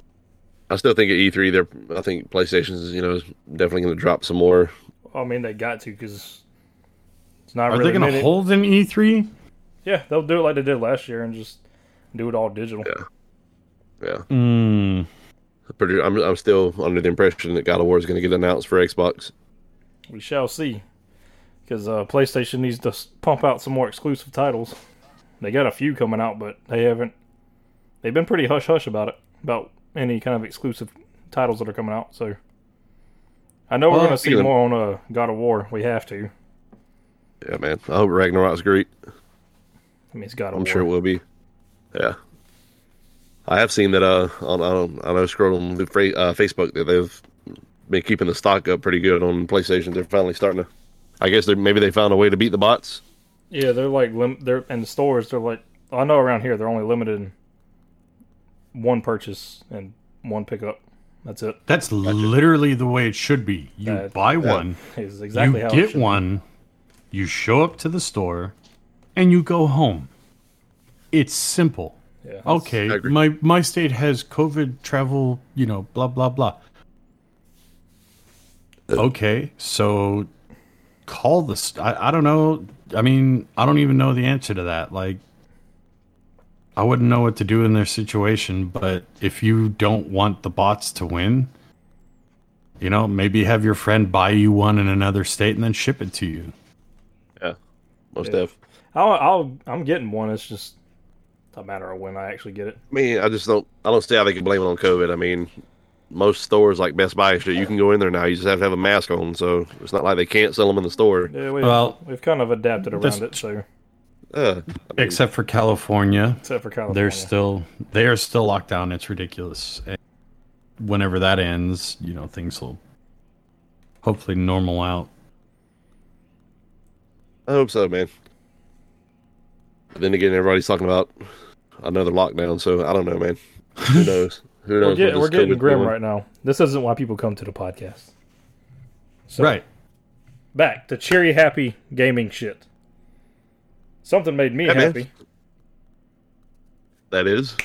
B: I still think at E three, they're. I think PlayStation's. You know, is definitely going to drop some more.
A: I mean, they got to because it's not
C: are
A: really.
C: they gonna
A: minute-
C: hold E an e3
A: Yeah, they'll do it like they did last year and just do it all digital.
B: Yeah. Yeah,
A: Hmm.
C: mm,
B: pretty. I'm. I'm still under the impression that God of War is going to get announced for Xbox.
A: We shall see. Because uh, PlayStation needs to s- pump out some more exclusive titles. They got a few coming out, but they haven't. They've been pretty hush hush about it, about any kind of exclusive titles that are coming out. So I know we're
C: Well,
A: going to see
B: yeah.
A: more on uh, God of War. We have to.
B: Yeah, man. I hope Ragnarok's great.
A: I mean, it's God of
B: I'm
A: War.
B: sure it will be. Yeah. I have seen that uh on, on I know scrolling the fra- uh, Facebook that they've been keeping the stock up pretty good on PlayStation. They're finally starting to. I guess they maybe they found a way to beat the bots.
A: Yeah, they're like lim- they're in the stores. They're like I know around here they're only limited in one purchase and one pickup. That's it. *laughs*
C: that's literally the way it should be you
A: That-
C: buy one
A: Is exactly
C: you
A: how it
C: get
A: should-
C: one you show up to the store and you go home it's simple
A: Yeah, that's-
C: okay
B: I agree.
C: my my state has covid travel you know blah blah blah
B: Uh,
C: okay so call the st- I, I don't know i mean i don't even know the answer to that like i wouldn't know what to do in their situation but if you don't want the bots to win you know maybe have your friend buy you one in another state and then ship it to you
B: Most
A: Yeah.
B: of.
A: I'll, I'll I'm getting one. It's just a matter of when I actually get it.
B: I mean, I just don't. I don't see how they can blame it on COVID. I mean, most stores like Best Buy, and shit, you can go in there now. You just have to have a mask on, so it's not like they can't sell them in the store.
A: Yeah, we,
C: Well,
A: we've kind of adapted
C: that's-
A: around it. So
B: Uh,
C: except for california
A: except for California,
C: they're still they are still locked down. It's ridiculous. And whenever that ends, you know things will hopefully normal out.
B: I hope so, man. But then again, everybody's talking about another lockdown, so I don't know, man.
A: *laughs*
B: Who knows? Who knows?
A: we're, get,
B: what
A: we're
B: this
A: getting
B: COVID's
A: grim
B: doing.
A: right now. This isn't why people come to the podcast. So,
C: right.
A: back to cheery, happy gaming shit. Something made me
B: Yeah, man.
A: happy.
B: That is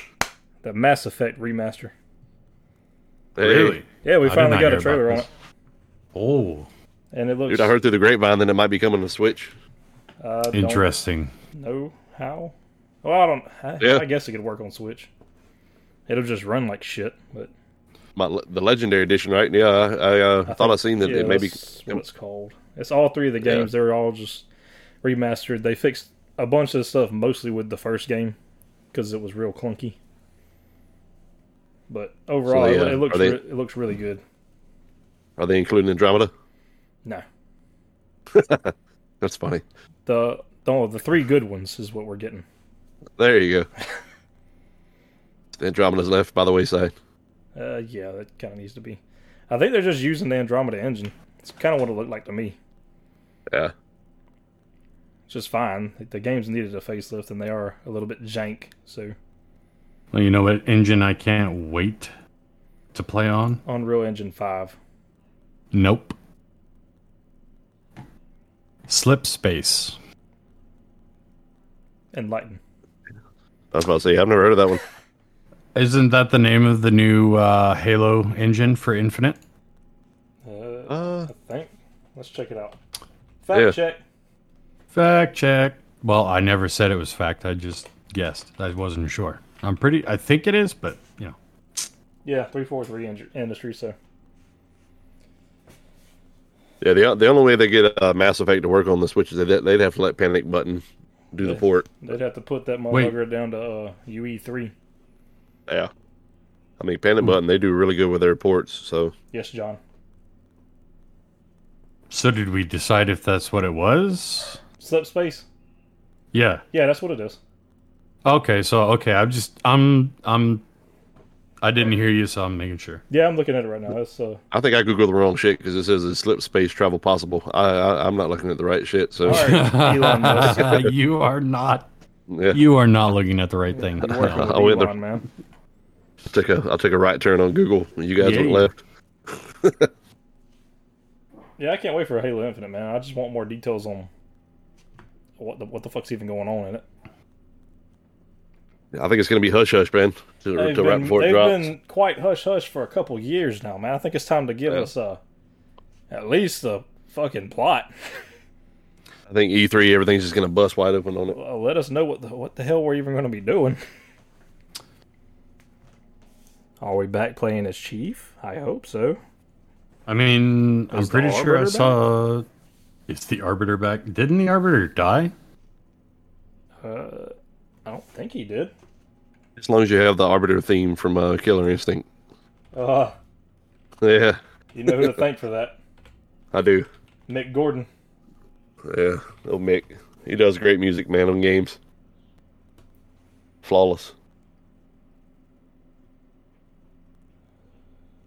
A: The Mass Effect remaster.
B: Hey,
C: Really?
A: Yeah, we
C: I did
A: finally
C: not
A: got a
C: hear about
A: trailer on
C: this.
A: it,
C: Oh,
A: and it looks.
B: Dude, I heard through the grapevine that it might be coming to Switch.
A: I don't
C: interesting.
A: know how. Well, I don't. I,
B: Yeah.
A: I guess it could work on Switch. It'll just run like shit. But
B: My, the legendary edition, right? Yeah, I, I, uh, thought I seen that
A: yeah,
B: it maybe.
A: that's what it's called. It's all three of the games. They're all just remastered. They fixed a bunch of stuff, mostly with the first game, because it was real clunky. But overall,
B: they,
A: it-
B: uh,
A: it looks
B: are they-
A: re- it looks really good.
B: Are they including Andromeda?
A: No,
B: That's funny.
A: the the, the three good ones is what we're getting.
B: There you go. Andromeda's left by the wayside.
A: Uh, yeah, that kind of needs to be. I think they're just using the Andromeda engine. It's kind of what it looked like to me.
B: Yeah.
A: It's just fine. Like, the games needed a facelift, and they are a little bit jank. So
C: Well, you know what engine I can't wait to play on?
A: Unreal Engine Five.
C: Nope. Slip Space.
A: Enlighten.
B: I was about to say, I've never heard of that one.
C: Isn't that the name of the new uh, Halo engine for Infinite?
A: Uh,
B: Uh,
A: I think. Let's check it out. Fact
B: Yeah.
A: check.
C: Fact check. Well, I never said it was fact. I just guessed. I wasn't sure. I'm pretty. I think it is, but you know.
A: Yeah, three four three inj- industry. So
B: yeah, the, the only way they get uh, Mass Effect to work on the Switch is they'd, they'd have to let Panic Button do the
A: Yeah.
B: port.
A: they'd have to put that
C: Wait.
A: motherfucker down to uh, UE three.
B: Yeah. I mean, Panic Button, they do really good with their ports. So,
A: Yes, John.
C: So did we decide if that's what it was?
A: Slip space.
C: Yeah.
A: Yeah, that's what it is.
C: Okay. So okay. I'm just. I'm. I'm. I didn't hear you, so I'm making sure.
A: Yeah, I'm looking at it right now. That's
B: *laughs*
A: uh.
B: I think I Googled the wrong shit because it says it's slip space travel possible. I, I, I'm not looking at the right shit. So,
A: All right, Elon
C: *laughs*
A: Musk.
C: you are not.
B: *laughs* yeah.
C: You are not looking at the right thing.
A: You working
C: No.
A: with
B: I went there.
A: Elon, man.
B: I'll take a I'll take a right turn on Google. You guys
C: Yeah.
B: went left.
A: Yeah, I can't wait for Halo Infinite, man. I just want more details on what the what the fuck's even going on in it.
B: I think it's gonna be hush hush, man. Till,
A: They've,
B: till right
A: been,
B: before it
A: they've
B: drops.
A: been quite hush hush for a couple years now, man. I think it's time to give
B: Yeah.
A: us uh, at least a fucking plot.
B: I think E3 everything's just gonna bust wide open on it.
A: Uh, let us know what the what the hell we're even going to be doing. Are we back playing as Chief? I hope so.
C: I mean, I'm
A: Is the
C: pretty sure I
A: Arbiter back?
C: saw. It's the arbiter back. Didn't the arbiter die?
A: Uh, I don't think he did.
B: As long as you have the Arbiter theme from uh, Killer Instinct.
A: Uh,
B: Yeah,
A: you know who to thank for that,
B: I do.
A: Mick Gordon.
B: Yeah, old Mick. He does great music, man, on games. Flawless.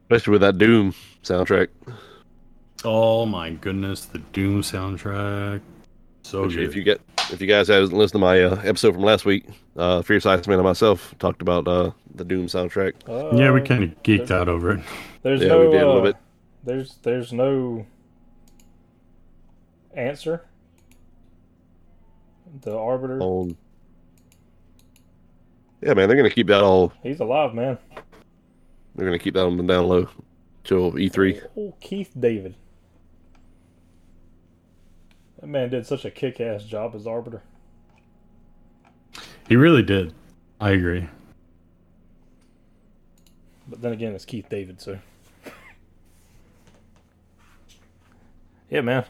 B: Especially with that Doom soundtrack.
C: Oh my goodness, the Doom soundtrack. So
B: Which
C: good.
B: if you get if you guys haven't listened to my uh, episode from last week, uh, Fierce Iceman and myself talked about uh, the Doom soundtrack.
A: Uh,
C: yeah, we kind of geeked out over it.
A: There's
B: Yeah,
A: no.
B: we did a little
A: uh,
B: bit.
A: There's there's no answer. The arbiter.
B: On yeah, man, they're gonna keep that all.
A: He's alive, man.
B: They're gonna keep that on the down low till E E3.
A: Oh, Keith David. That man did such a kick-ass job as arbiter.
C: He really did. I agree.
A: But then again, it's Keith David, so. yeah, man.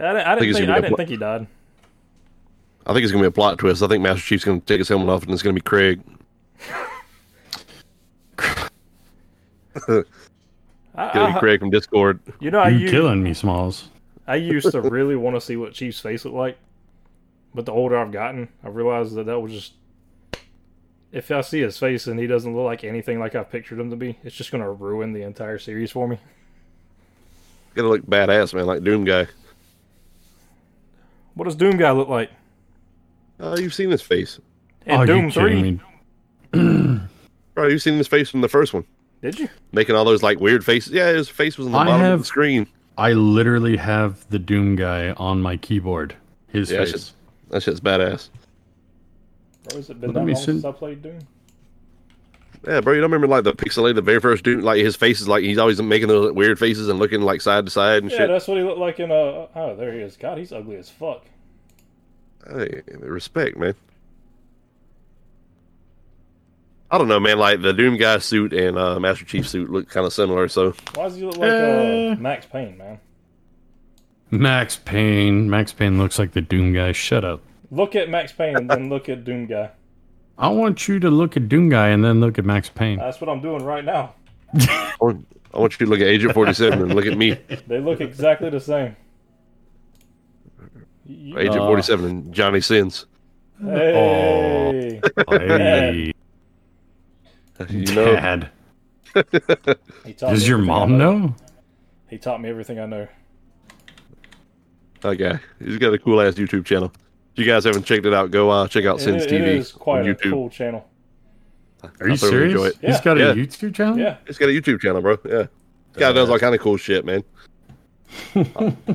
A: I didn't, I didn't,
B: Think
A: think,
B: it's gonna
A: I
B: be a
A: didn't
B: pl-
A: think he died.
B: I think it's gonna be a plot twist. I think Master Chief's gonna take his helmet off, and it's gonna be Craig.
A: I,
B: Gonna be
A: I-
B: Craig from Discord.
A: you know, I
C: You're
A: used,
C: killing me, Smalls.
A: I used to really want to see what Chief's face looked like, but the older I've gotten, I realized that that was just. If I see his face and he doesn't look like anything like I've pictured him to be, it's just going to ruin the entire series for me.
B: Gotta look badass, man, like Doom guy.
A: What does Doom guy look like?
B: Oh, you've seen his face,
A: In
C: Are you
A: Doom
C: Oh, kidding
A: Three,
C: me?
B: bro. You've seen his face from the first one,
A: did you?
B: making all those like weird faces. Yeah, his face was on the
C: I
B: bottom of
C: have-
B: the screen.
C: I literally have the Doom guy on my keyboard. His
B: Yeah, I should-
C: face.
B: That shit's badass.
A: Bro, has it been
C: Let
A: that
C: me
A: long
C: see.
A: since I played Doom?
B: Yeah, bro, you don't remember like the pixelated, the very first dude, like his face is like he's always making those weird faces and looking like side to side and
A: Yeah,
B: shit.
A: that's what he looked like in uh oh there he is. God, he's ugly as fuck.
B: Hey, respect, man. I don't know, man. Like the Doom guy suit and uh, Master Chief suit look kind of similar, so
A: Why does he look like
C: Eh.
A: uh, Max Payne, man?
C: Max Payne. Max Payne looks like the Doom guy. Shut up.
A: Look at Max Payne and then look at Doom guy.
C: I want you to look at Doom guy and then look at Max
A: *laughs*
C: Payne.
A: That's what I'm doing right now.
B: I want I want you to look at Agent Forty Seven and look at
A: *laughs*
B: me,
A: They look exactly the same. You-
B: Agent
C: Uh.
B: Forty Seven and Johnny Sins.
A: hey,
C: Oh.
B: You
C: Hey,
A: *laughs*
B: know,
C: Dad.
A: He taught
C: Does
A: me
C: your
A: everything I
C: mom know?
A: He taught me everything I know.
B: that guy. He's got a cool ass YouTube channel. If you guys haven't checked it out, go uh, check out
A: It-
B: Sins
A: it
B: TV
A: is quite
B: on
A: a
B: YouTube.
A: cool channel.
C: Are you
B: I thoroughly enjoy
C: serious?
B: it.
C: He's got
B: Yeah.
C: a YouTube channel.
A: Yeah.
B: It's got a YouTube channel, bro. Yeah, this
A: Uh.
B: guy does all kind of cool shit, man.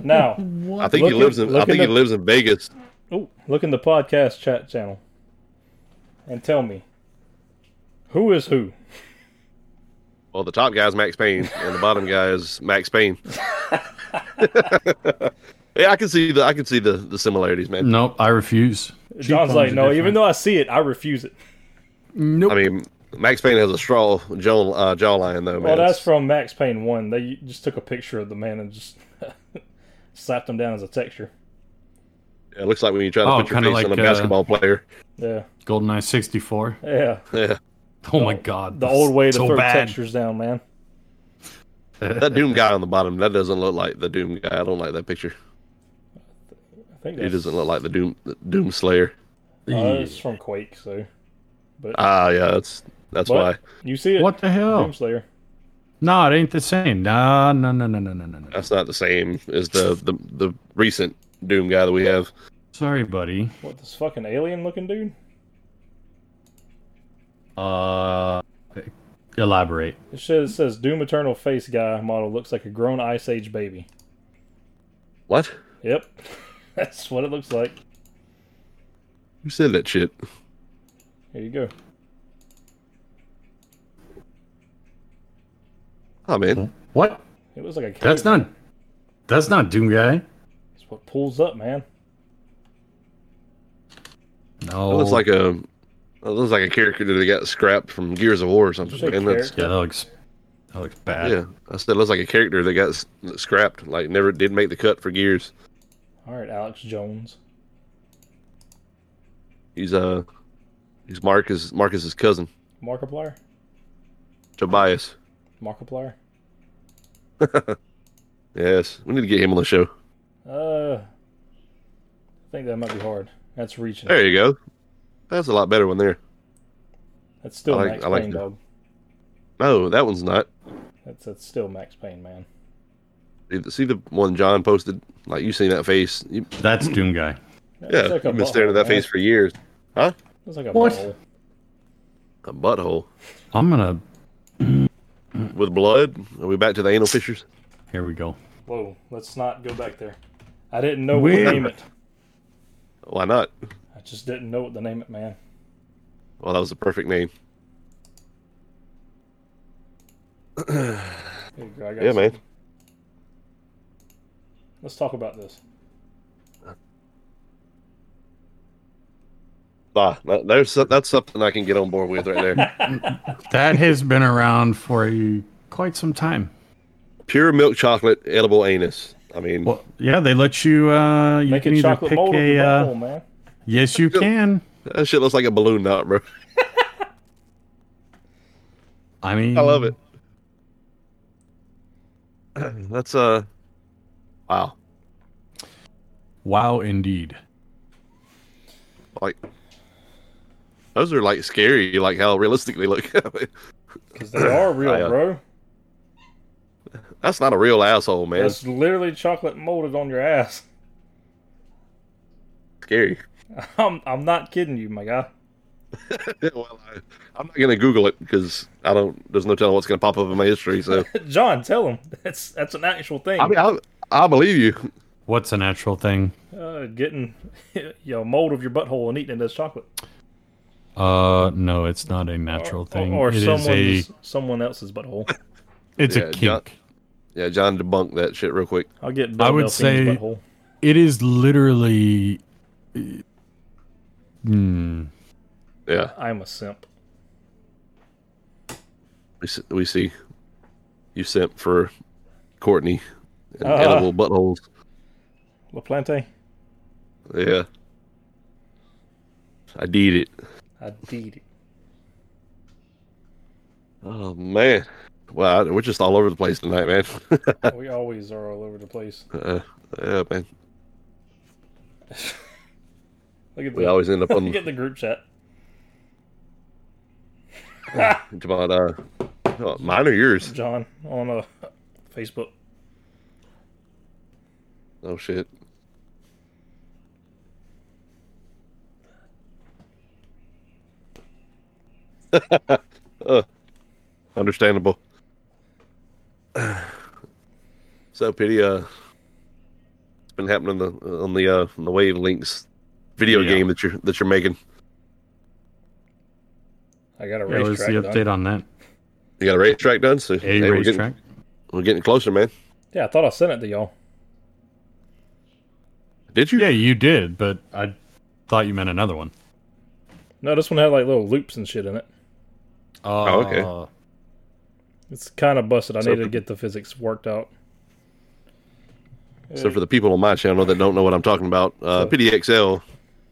A: Now,
B: I think he
A: Look
B: lives
A: at-
B: in.
A: look
B: I
A: at
B: think he
A: the-
B: lives in Vegas.
A: oh, look in the podcast chat channel and tell me who is who.
B: Well, the top guy's Max Payne, and the bottom guy is
A: *laughs*
B: Max Payne. *laughs* yeah, I can see the I can see the, the similarities, man.
C: Nope. I refuse.
A: John's
C: Cheekbones
A: like,
C: are
A: no, even
C: different.
A: though I see it, I refuse it.
C: Nope.
B: I mean, Max Payne has a straw jaw uh, jawline though, man.
A: Well, that's from Max Payne 1. They just took a picture of the man and just *laughs* slapped him down as a texture.
B: it looks like when you try to
C: Oh,
B: put your
C: kinda
B: face on a
C: like, uh,
B: basketball
C: *laughs*
B: player.
A: Yeah.
C: GoldenEye 64.
A: Yeah.
B: Yeah,
C: Oh my god.
A: The
C: that's
A: old way to
C: so
A: throw
C: bad.
A: textures down, man.
B: that Doom guy on the bottom that doesn't look like the Doom guy. I don't like that picture.
A: I think
B: He
A: that's,
B: doesn't look like the Doom the Doom Slayer.
A: uh, it's from Quake, so.
B: Ah, yeah, that's that's
A: But
B: why.
A: you see it.
C: What the hell?
A: Doomslayer.
C: No, it ain't the same. Nah, no, no, no, no, no, no, no.
B: That's not the same as the the, the recent Doom guy that we have.
C: Sorry, buddy.
A: What, this fucking alien looking dude?
C: Uh, elaborate.
A: It says, it says Doom Eternal face guy model looks like a grown Ice Age baby.
B: What?
A: Yep. *laughs* That's what it looks like.
B: Who said that shit?
A: Here you go.
B: Oh man.
C: What?
A: It looks like a cave.
C: That's not. That's not Doom guy.
A: It's what pulls up, man.
C: No.
B: That looks like a that looks like a character that got scrapped from Gears of War or something.
A: Just a
B: man. That's-
C: Yeah, that looks. That looks bad.
B: yeah, I said it looks like a character that got s- scrapped, like never did make the cut for Gears.
A: All right, Alex Jones.
B: He's uh, he's Marcus Marcus's cousin,
A: Markiplier?
B: Tobias.
A: Markiplier?
B: Yes, we need to get him on the show.
A: Uh, I think that might be hard. That's reaching.
B: There you go. That's a lot better one there.
A: That's still
B: I like-
A: Max
B: I like
A: Payne,
B: that.
A: dog.
B: No, that one's not.
A: That's that's still Max Payne, man.
B: See the- See the one John posted. Like you seen that face? You,
C: That's Doom guy.
B: yeah,
A: It's like a
B: you've been staring at that
A: butthole,
B: face for years. Huh?
A: man. It's like a
C: What?
A: butthole.
B: A butthole
C: I'm gonna.
B: with blood. Are we back to the anal fissures?
C: Here we go.
A: Whoa, let's not go back there. I didn't know what
C: Weird.
A: to name it.
B: Why not?
A: I just didn't know what to name it, man.
B: Well, that was the perfect name.
A: Here you go, I got
B: Yeah, man.
A: some- Let's talk about this.
B: Bah, that- there's so- that's something I can get on board with right there.
C: That has been around for a, quite some time.
B: Pure milk chocolate edible anus. I mean,
C: Well, yeah, they let you. Uh, you
A: Make
C: can
A: a
C: either
A: chocolate
C: pick
A: mold of
C: a.
A: your
C: Uh,
A: butthole, man.
C: yes, you can.
B: that shit looks like a balloon knot, bro.
C: I mean,
B: I love it. *clears throat* That's uh, wow.
C: Wow, indeed.
B: Like those are like scary. Like how realistic they look. *laughs*
A: Because they are real,
B: I, uh,
A: bro.
B: that's not a real asshole, man. That's
A: That's literally chocolate molded on your ass. *laughs*
B: scary.
A: I'm, I'm not kidding you, my guy.
B: *laughs*
A: *laughs*
B: well, I, I'm not gonna Google it because I don't. There's no telling what's gonna pop up in my history. So
A: John, tell him that's that's an actual thing.
B: I mean, I, I believe you.
C: What's a natural thing?
A: uh, getting *laughs* you know mold of your butthole and eating it as chocolate,
C: Uh, no, it's not a natural
A: or,
C: thing.
A: or,
C: It is
A: someone's
C: a
A: someone else's butthole.
C: it's
B: Yeah,
C: a kink.
B: John- Yeah, John debunked that shit real quick.
A: I'll get.
C: I would
A: Delphine's
C: say-
A: butthole.
C: It is literally. Hmm.
B: Yeah,
A: I'm a simp.
B: we s- we see you sent for Courtney and
A: Uh-huh.
B: edible buttholes.
A: LaPlante,
B: Yeah, I need it.
A: I did it.
B: Oh man, wow, we're just all over the place tonight, man. *laughs*
A: We always are all over the place.
B: uh, yeah, man.
A: Look at
B: We
A: the, *laughs*
B: always end up
C: *laughs*
B: on
A: look at the group chat.
B: about uh, oh, mine or yours.
A: John on uh, Facebook.
B: Oh shit. *laughs* uh, understandable. *sighs* So pity. Uh, it's been happening the, on the uh, on the Wave Links video
C: Yeah.
B: game that you're that you're making.
A: I got a
C: Yeah, what's
A: racetrack
C: the
A: done.
C: update on that?
B: You got a racetrack done, so
C: A
B: hey, we're getting, *laughs*
C: racetrack.
B: we're getting closer, man.
A: Yeah, I thought I sent it to y'all.
B: Did you?
C: Yeah, you did, but I thought you meant another one.
A: No, this one had like little loops and shit in it.
B: Oh, okay.
C: Uh,
A: It's kind of busted. I
B: So
A: need to
B: for-
A: get the physics worked out.
B: So for the people on my channel that don't know what I'm talking about, uh,
A: So-
B: PDXL,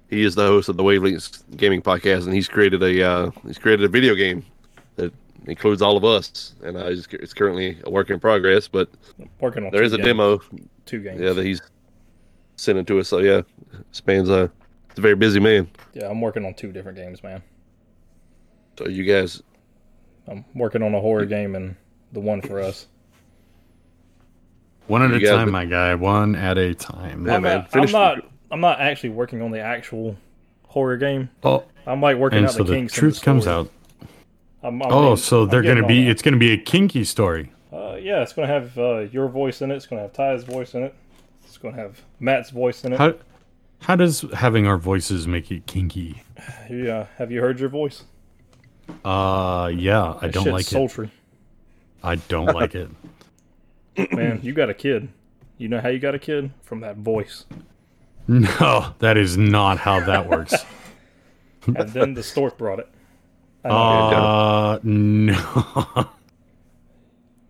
B: he is the host of the Wavelengths Gaming Podcast, and he's created a uh, he's created a video game that includes all of us, and uh, he's, it's currently a work in progress. But
A: Working on
B: there
A: two
B: is a
A: games-
B: demo,
A: Two games.
B: yeah, that he's sending to us. So yeah, spans uh, it's a very busy man.
A: yeah, I'm working on two different games, man.
B: So you guys,
A: I'm working on a horror game and the one for us.
C: One at
B: You
C: a
B: got
C: time,
B: the-
C: my guy. One at a time.
B: Yeah,
A: I'm,
B: man,
A: not, I'm
B: finish the-
A: not. I'm not actually working on the actual horror game.
C: Oh,
A: I'm like working
C: and
A: out
C: so
A: the
C: the
A: kinks. in
C: truth comes
A: story.
C: out.
A: I'm- I'm
C: Oh,
A: getting-
C: so
A: I'm
C: they're
A: getting
C: gonna
A: all
C: be.
A: that.
C: It's gonna be a kinky story.
A: Uh, yeah, it's gonna have uh, your voice in it. It's gonna have Ty's voice in it. It's gonna have Matt's voice in it.
C: How, how does having our voices make it kinky?
A: Yeah, have you heard your voice?
C: Uh, yeah, I
A: That
C: don't
A: shit's
C: like it.
A: sultry.
C: I don't like it.
A: Man, you got a kid. You know how you got a kid from that voice,
C: No, that is not how that
A: *laughs*
C: works.
A: and then the stork brought it. I know.
C: uh, no.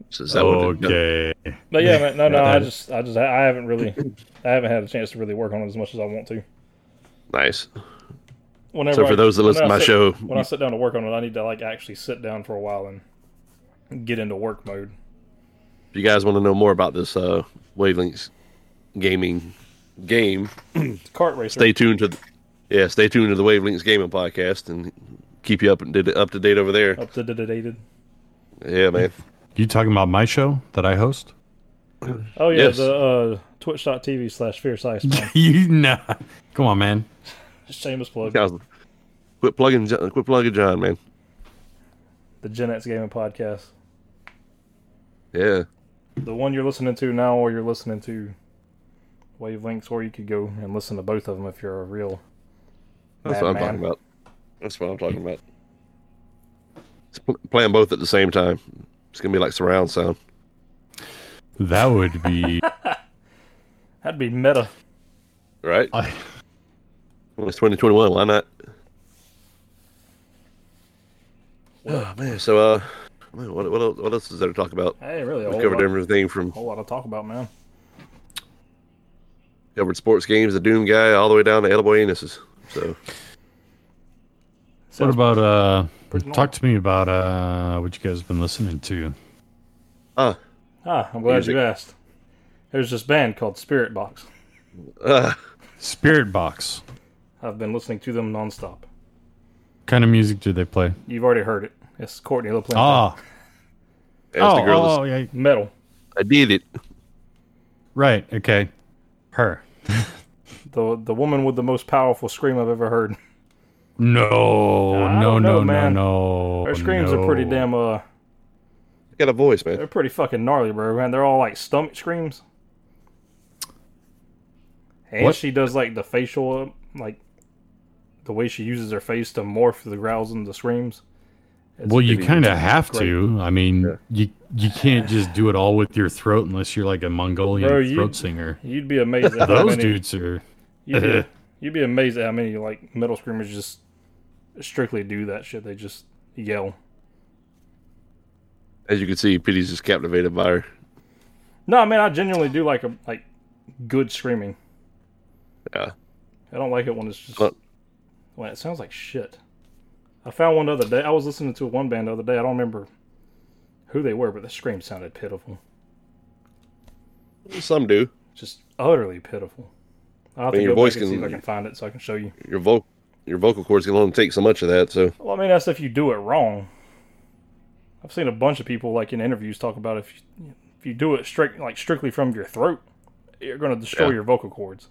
B: so is that what it-
C: okay.
A: but yeah, man, no, no,
C: Yeah.
A: I just, I just, I haven't really, I haven't had a chance to really work on it as much as I want to.
B: nice.
A: Whenever
B: So for
A: I-
B: those that
A: when
B: listen to
A: I
B: my
A: sit-
B: show,
A: when I sit down to work on it, I need to like actually sit down for a while and get into work mode.
B: If you guys want to know more about this uh, Wavelengths Gaming game,
A: It's a kart racer.
B: stay tuned to the, yeah stay tuned to the wavelengths gaming podcast and keep you up and up to date over there
A: up to dated.
B: yeah man
C: You talking about my show that I host? *laughs*
A: Oh yeah,
B: Yes.
A: the uh, twitch.tv slash fierce ice. Man.
C: you nah. Come on, man.
A: Shameless plug.
B: Guys, quit plugging john, quit plugging john man
A: The Gen X Gaming Podcast.
B: yeah
A: The one you're listening to now, or you're listening to Wavelengths, or you could go and listen to both of them if you're a real.
B: that's what i'm
A: madman.
B: talking about that's what i'm talking about It's pl- playing both at the same time it's gonna be like surround sound
C: That
A: *laughs*
C: would be.
A: That'd be meta.
B: right
C: I,
B: well, it's 2021 why not oh man so uh man, what, what, else, what else is there to talk about
A: Hey, really, a
B: we
A: whole
B: covered
A: lot,
B: everything from
A: whole lot to talk about, man.
B: covered sports games the doom guy all the way down to edible anuses so
C: what
A: Sounds
C: about uh?
A: pretty normal.
C: Talk to me about uh what you guys been listening to.
B: ah
A: Ah, I'm glad
B: Music.
A: you asked. There's this band called Spirit Box.
B: ah
C: Spirit Box.
A: I've been listening to them nonstop.
C: kind of music do
A: *laughs*
C: they play?
A: You've already heard it. It's Courtney LaPlante.
C: Ah,
B: As
C: oh,
B: the girl
C: oh,
B: is-
C: yeah,
A: Metal.
B: I did it.
C: right, okay, her.
A: The the woman with the most powerful scream I've ever heard.
C: No,
A: I
C: no,
A: don't know,
C: no, no,
A: man.
C: no.
A: Their screams are pretty
C: Oh, no.
A: damn uh
B: Got a voice, man.
A: they're pretty fucking gnarly, bro, man. They're all like stomach screams. And
C: What?
A: she does like the facial uh, like the way she uses her face to morph the growls and the screams. It's
C: Well, you
A: pretty-
C: kind of have
A: great.
C: to. I mean,
B: Yeah.
C: you you can't just do it all with your throat unless you're like a Mongolian
A: Bro, you-
C: throat singer.
A: You'd be amazed at how
C: Those
A: many
C: dudes are.
A: You'd
C: *laughs*
A: be, you'd be amazed at how many like metal screamers just strictly do that shit. They just yell.
B: As you can see, Petey's just captivated by her.
A: No, man, I genuinely do like a like good screaming.
B: Yeah.
A: I don't like it when it's just
B: Look.
A: when it sounds like shit. I found one the other day. I was listening to one band the other day. I don't remember who they were, but the scream sounded pitiful,
B: Some do.
A: just utterly pitiful. I have
B: mean,
A: to
B: your
A: go
B: voice
A: back and see if
B: can-
A: I can find it so I can show you.
B: Your vocal your vocal cords can only take so much of that, so
A: Well, I mean, that's if you do it wrong. I've seen a bunch of people, like in interviews, talk about if you, if you do it strict, like strictly from your throat, you're going to destroy
B: Yeah.
A: your vocal cords.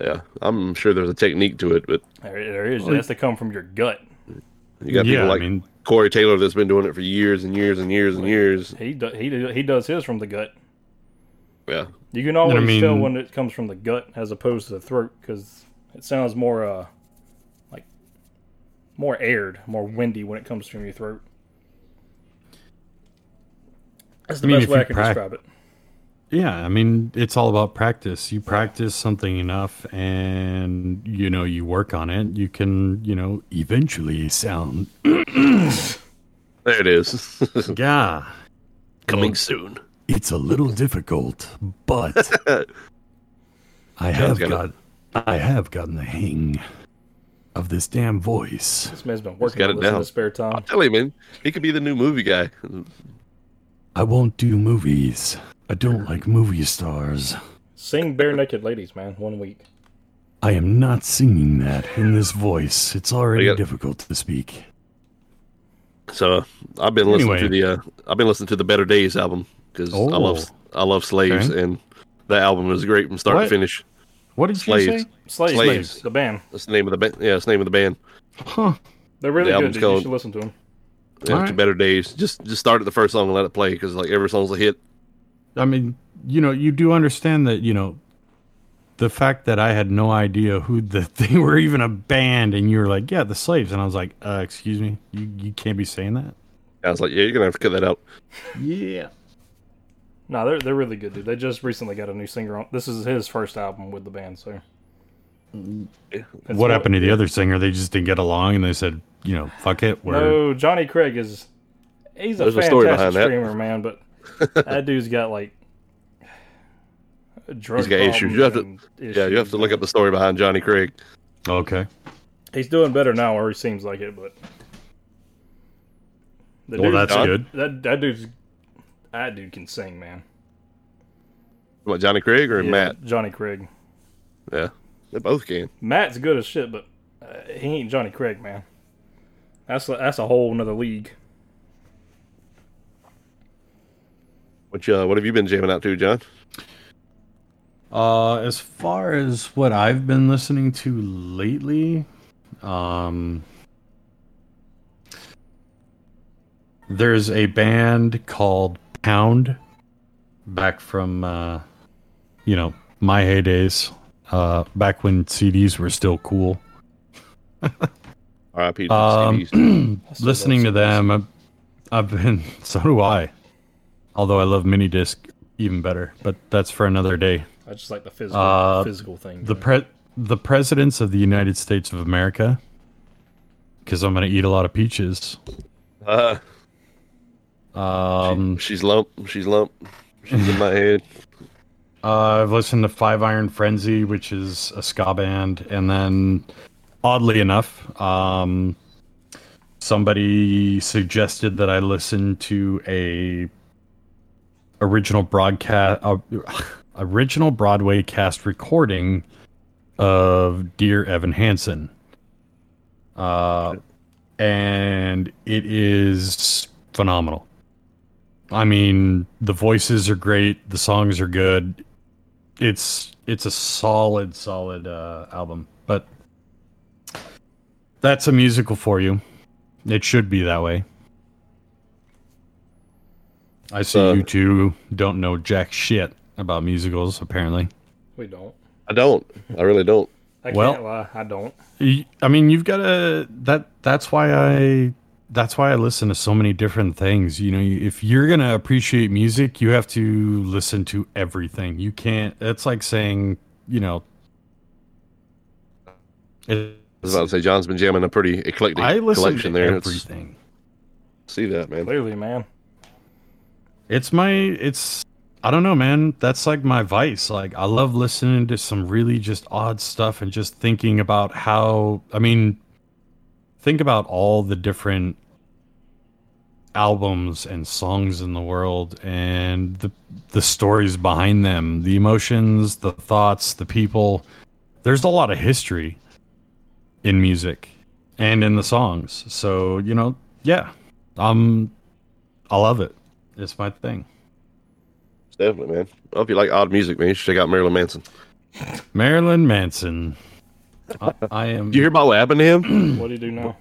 B: yeah. I'm sure there's a technique to it, but
A: There, there is. It has to come from your gut.
B: you got
C: yeah,
B: people like
C: I mean,
B: Corey Taylor that's been doing it for years and years and years and years.
A: He do, he do, he does his from the gut.
B: Yeah.
A: You can always
C: I mean-
A: tell when it comes from the gut as opposed to the throat because it sounds more uh like more aired, more windy when it comes from your throat. That's the
C: I mean,
A: best
C: if
A: way
C: you
A: I can
C: prac-
A: describe it.
C: yeah, I mean, it's all about practice. You practice something enough, and you know, you work on it. You can, you know, eventually sound.
B: There it is. *laughs*
C: Yeah,
B: Coming *laughs* soon.
C: it's a little difficult, but
A: *laughs*
C: I have
B: got
C: got, I have gotten the hang of this damn voice.
A: This man's been working
B: got
A: on
B: it
A: this in
B: down.
A: his spare time.
B: Tell him, man. He could be the new movie guy.
C: I won't do movies. I don't like movie stars.
A: Sing bare naked ladies, man. One week.
C: I am not singing that in this voice. It's already
B: got-
C: difficult to speak.
B: So uh, I've been listening
C: Anyway. Oh.
B: to the uh, I've been listening to the Better Days album because I love I love Slaves
C: Okay.
B: and that album is great from start
C: What?
B: to finish.
C: What did
B: Slaves.
A: Slaves,
B: Slaves.
A: the band.
B: That's the name of the band. Yeah, it's the name of the band.
C: Huh.
A: They're really
B: The
A: good.
B: album's
A: Dude. You
B: called-
A: should listen to them.
B: Yeah,
C: All
B: to
C: right.
B: Better Days. Just just start at the first song and let it play because like every song's a hit.
C: I mean, you know, you do understand that, you know, the fact that I had no idea who that *laughs* they were even a band, and you were like, "Yeah, the slaves," and I was like, uh, "Excuse me, you you can't be saying that."
B: I was like, yeah, you're gonna have to cut that out.
C: Yeah.
A: No, they're they're really good, dude. They just recently got a new singer on. This is his first album with the band, so. It's
C: what
A: more-
C: happened to the other singer? They just didn't get along, and they said, "You know, fuck it." We're
A: No, Johnny Craig is he's a
B: There's a
A: fantastic
B: story behind that.
A: streamer, man, but
B: *laughs*
A: that dude's got like drug
B: He's got issues. You have to-
A: problems and
B: Yeah, you have
A: issues,
B: to look
A: man.
B: up the story behind Johnny Craig.
C: okay.
A: He's doing better now, or he seems like it, but the
C: Well,
A: dude-
C: that's
B: Don?
C: good.
A: That that dude's that dude can sing, man.
B: What Johnny Craig or
A: Yeah,
B: Matt?
A: Johnny Craig.
B: Yeah, they both can.
A: Matt's good as shit, but uh, he ain't Johnny Craig, man. That's a, that's a whole nother league.
B: What uh, what have you been jamming out to, John?
C: Uh, as far as what I've been listening to lately, um, there's a band called Pound, back from uh, you know my heydays, uh, back when CDs were still cool.
B: R.I.P. to the CDs.
C: Um,
A: I still love
C: listening to
A: CDs.
C: them, I've, I've been *laughs* so do I. Although I love mini disc even better, but that's for another day.
A: I just like the physical
C: Uh,
A: physical thing.
C: the
A: man.
C: pre- the presidents of the United States of America because I'm going to eat a lot of peaches.
B: Uh,
C: Um,
B: she's lump. She's lump. She's
C: *laughs*
B: in my head.
C: uh, I've listened to Five Iron Frenzy, which is a ska band, and then oddly enough, um, somebody suggested that I listen to a original broadcast uh, original Broadway cast recording of Dear Evan Hansen. Uh, and it is phenomenal. I mean, the voices are great, the songs are good. It's it's a solid, solid uh, album. But That's a musical for you. It should be that way. I see
B: Uh,
C: you two don't know jack shit about musicals, apparently.
A: We don't.
B: I don't. I really don't.
A: I
C: Well-
A: can't lie. I don't.
C: Y- I mean, you've got to that. That's why I. That's why I listen to so many different things. You know, you- if you're gonna appreciate music, you have to listen to everything. You can't. It's like saying, you know. It,
B: I was about to say John's been jamming a pretty eclectic
C: I listen
B: collection
C: to
B: there. It's,
C: everything.
B: see that, man.
A: Clearly, man.
C: It's my. It's. I don't know, man. That's like my vice. Like I love listening to some really just odd stuff and just thinking about how. I mean, think about all the different albums and songs in the world and the the stories behind them, the emotions, the thoughts, the people. There's a lot of history in music and in the songs. So, you know, yeah. Um I love it. It's my thing.
B: Definitely, man. Well, if you like odd music, man, you should check out Marilyn Manson.
C: Marilyn Manson. I, I am
B: Did you hear about what happened to
C: *clears throat*
B: him?
A: What do you do
B: *clears throat*
A: now?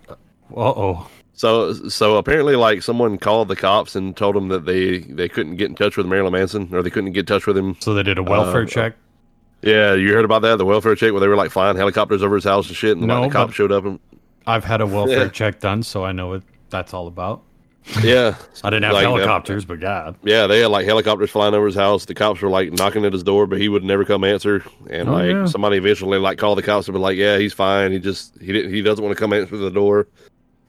C: Uh-oh.
B: so, so apparently, like someone called the cops and told them that they they couldn't get in touch with Marilyn Manson or they couldn't get in touch with him
C: So they did a welfare
B: Uh,
C: check.
B: Yeah, you heard about that? The welfare check where they were like flying helicopters over his house and shit, and
C: No,
B: like, the cop
C: but-
B: showed up and
C: I've had a welfare
B: yeah.
C: check done, so I know what that's all about.
B: yeah,
C: I didn't have
B: Like, uh,
C: helicopters, but God.
B: yeah, they had like helicopters flying over his house. The cops were like knocking at his door, but he would never come answer. And
C: Oh,
B: like
C: yeah.
B: somebody eventually like called the cops and be like, yeah, he's fine. He just he didn't he doesn't want to come answer the door.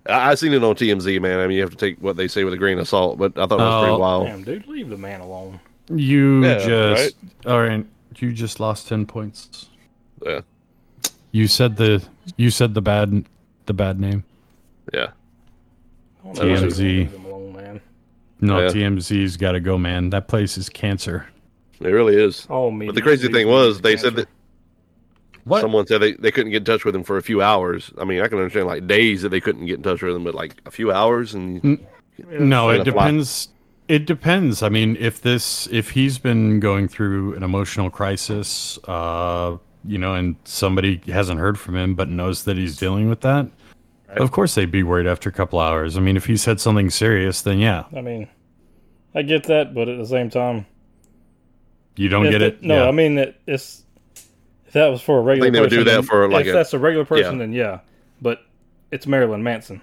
B: I, I seen it on TMZ, man. I mean, you have to take what they say with a grain of salt, but I thought it was
C: Oh.
B: pretty wild.
A: Damn, dude, leave the man alone.
C: You
B: Yeah,
C: just all right. You just lost ten points.
B: Yeah.
C: You said the you said the bad the bad name.
B: Yeah,
A: I don't know why
C: TMZ.
A: you leave him alone, man.
C: No,
B: Yeah.
C: TMZ's got to go, man. That place is cancer.
B: it really is.
A: Oh, me.
B: But the crazy thing was, they said that
C: What?
B: Someone said they, they couldn't get in touch with him for a few hours. I mean, I can understand like days that they couldn't get in touch with him, but like a few hours and
C: no, it
B: Gonna fly.
C: depends. It depends. I mean, if this if he's been going through an emotional crisis, uh, you know, and somebody hasn't heard from him but knows that he's dealing with that, of course they'd be worried after a couple hours. I mean, if he said something serious, then yeah,
A: I mean, I get that, but at the same time,
C: you don't
A: if
C: get
A: the-
C: it.
A: No,
C: yeah.
A: I mean that it's if that was for a regular.
B: think they would do
A: person,
B: that
A: then-
B: for, like,
A: if
B: a-
A: that's a regular person, then yeah. But it's Marilyn Manson.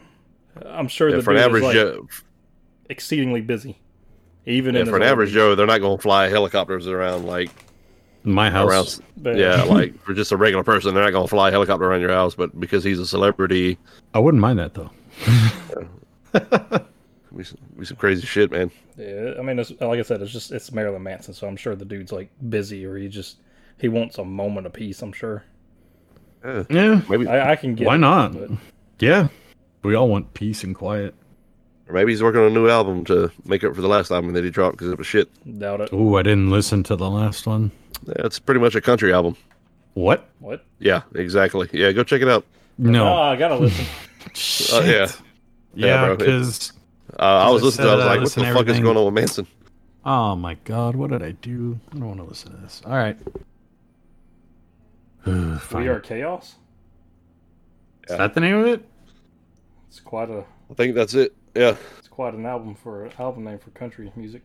A: I'm sure
B: Yeah,
A: the
B: for an
A: dude is,
B: average uh,
A: like,
B: Joe,
A: exceedingly busy. Even
B: yeah,
A: in
B: for
A: his
B: an
A: old
B: average
A: age.
B: Joe, they're not going to fly helicopters around like
C: my house.
B: around.
A: But-
B: Yeah, like for just a regular person, they're not going to fly a helicopter around your house. But because he's a celebrity,
C: I wouldn't mind that though.
B: we s- we some crazy shit, man.
A: Yeah, I mean, it's, like I said, it's just it's Marilyn Manson, so I'm sure the dude's like busy, or he just he wants a moment of peace. I'm sure.
C: Yeah.
B: Maybe
A: I, I can get.
C: Why
A: it,
C: not?
A: but-
C: Yeah. We all want peace and quiet.
B: or maybe he's working on a new album to make up for the last album that he dropped because it was shit.
A: Doubt it.
C: Ooh, I didn't listen to the last one.
B: Yeah, it's pretty much a country album.
C: What?
A: What?
B: Yeah, exactly. Yeah, go check it out.
A: Oh,
C: No.
A: I gotta
C: *laughs*
A: listen.
B: Uh, yeah,
C: Yeah,
B: bro, it-
C: because
B: uh, I was
C: I
B: listening. to it, I was
C: said, uh,
B: like, what
C: listen
B: the
C: to
B: fuck is
C: everything.
B: going on with Manson?
C: oh my god, what did I do? I don't want to listen to this. All right. *sighs* Fine.
A: we are chaos.
C: Is that the name of it?
A: It's quite a
B: I think that's it. Yeah.
A: it's quite an album for album name for country music.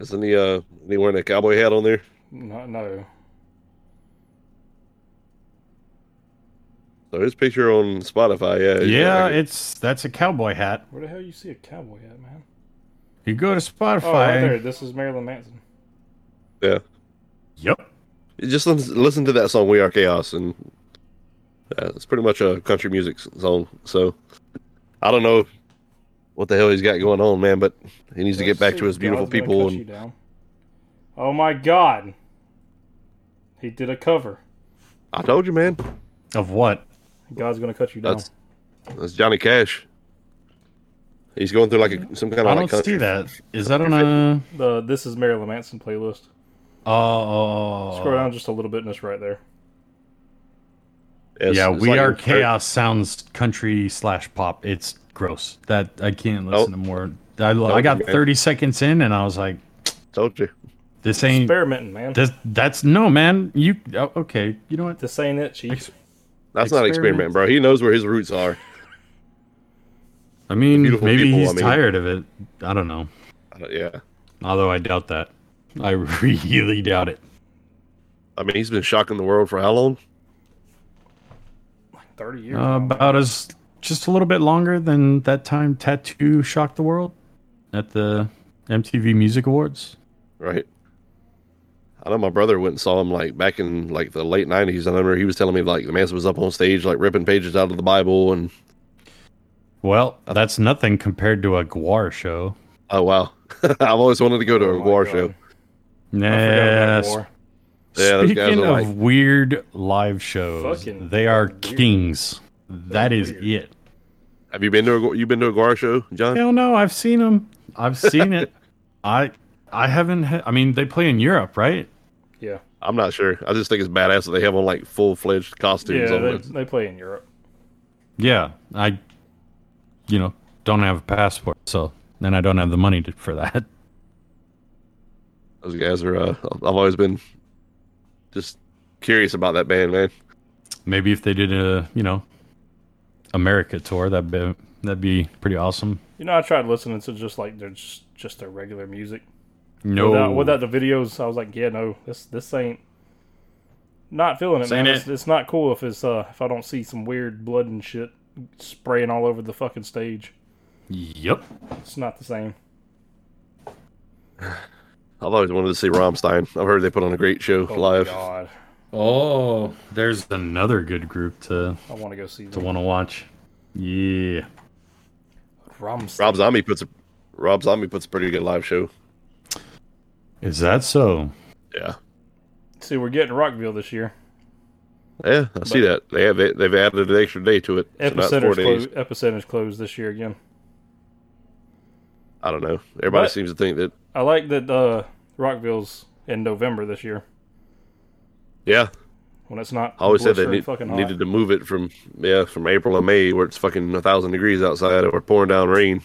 B: Isn't he uh he wearing a cowboy hat on there?
A: No, no.
B: So his picture on Spotify, yeah. he's
C: Yeah,
B: got like a-
C: it's that's a cowboy hat.
A: Where the hell you see a cowboy at, man?
C: You go to Spotify.
A: Oh, right there. This is Marilyn Manson.
B: yeah.
C: Yep.
B: You Just listen, listen to that song "We Are Chaos" and uh, it's pretty much a country music s- song. So I don't know what the hell he's got going on, man, but he needs to get back to his beautiful
A: God's gonna
B: people.
A: cut you
B: And
A: down. Oh my God! He did a cover.
B: I told you, man,
C: Of what?
A: God's gonna cut you down.
B: That's- that's Johnny Cash. He's going through like a, some kind of
C: I
B: like
C: don't
B: country.
C: see that. Is that on a?
A: The this is Marilyn Manson playlist.
C: Oh, Oh.
A: Scroll
C: oh.
A: down just a little bit, and it's right there.
B: It's-
C: yeah,
B: it's
C: we
B: like
C: are
B: a-
C: chaos. Sounds country slash pop. It's gross. That I can't
B: Nope.
C: listen to more. I, I got
B: man.
C: thirty seconds in, and I was like,
B: Told you.
C: this ain't.
A: Experimenting, man.
C: This, that's no, man. You oh, okay? You know what?
A: This ain't it, Chief.
B: That's not an experiment, bro. He knows where his roots are.
C: I mean,
B: beautiful
C: maybe
B: people,
C: he's
B: I mean.
C: tired of it. I don't know.
B: Uh, yeah.
C: Although I doubt that. I *laughs* really doubt it.
B: I mean, he's been shocking the world for how long?
A: Like thirty years.
C: Uh, about as just a little bit longer than that time Tattoo shocked the world at the MTV Music Awards.
B: right? I know my brother went and saw him like back in like the late nineties. I remember he was telling me like the man was up on stage like ripping pages out of the Bible and
C: Well, that's nothing compared to a Guar show.
B: oh wow, *laughs* I've always wanted to go to a
A: Oh, my
B: war
A: God.
B: show.
A: I forgot
C: Nah,
A: about war.
B: Yeah, those guys
C: Speaking
B: are
C: of
B: like-
C: weird live shows,
A: Fucking
C: they are
A: weird.
C: kings. That is
A: weird.
C: it.
B: Have you been to a you been to a Guar show, John?
C: Hell no, I've seen them. I've
A: *laughs*
C: seen it. I I haven't. Ha- I mean, they play in Europe, right?
A: Yeah,
B: I'm not sure. I just think it's badass that they have on like full fledged costumes.
A: yeah.
B: on
A: They,
B: them.
A: they play in Europe.
C: Yeah, I, you know, don't have a passport, so and I don't have the money to, for that. *laughs*
B: Those guys are. Uh, I've always been just curious about that band, man.
C: Maybe if they did a, you know, America tour, that'd be that'd be pretty awesome.
A: You know, I tried listening to just like their just just their regular music.
C: No,
A: Without, without the videos, I was like, yeah, no, this this ain't not feeling it,
C: This
A: man.
C: ain't
A: It's, it's not cool if it's uh if I don't see some weird blood and shit spraying all over the fucking stage.
C: yep.
A: It's not the same.
B: I've always wanted to see Rammstein. I've heard they put on a great show
A: Oh
B: live.
A: God,
C: Oh, there's another good group to
A: I want to go see
C: to
A: them.
C: want to watch. Yeah,
A: Rammstein.
B: Rob Zombie puts a Rob Zombie puts a pretty good live show.
C: is that so?
B: Yeah.
A: See, we're getting Rockville this year.
B: Yeah, I see that. They have they, they've added an extra day to it. So now it's four
A: Epicenter's
B: days.
A: closed. Epicenter's closed this year again.
B: I don't know. Everybody
A: But-
B: seems to think that.
A: I like that uh, Rockville's in November this year
B: Yeah,
A: when it's not.
B: I always said they
A: blistering
B: need,
A: fucking hot.
B: needed to move it from yeah from April and May where it's fucking a thousand degrees outside or pouring down rain.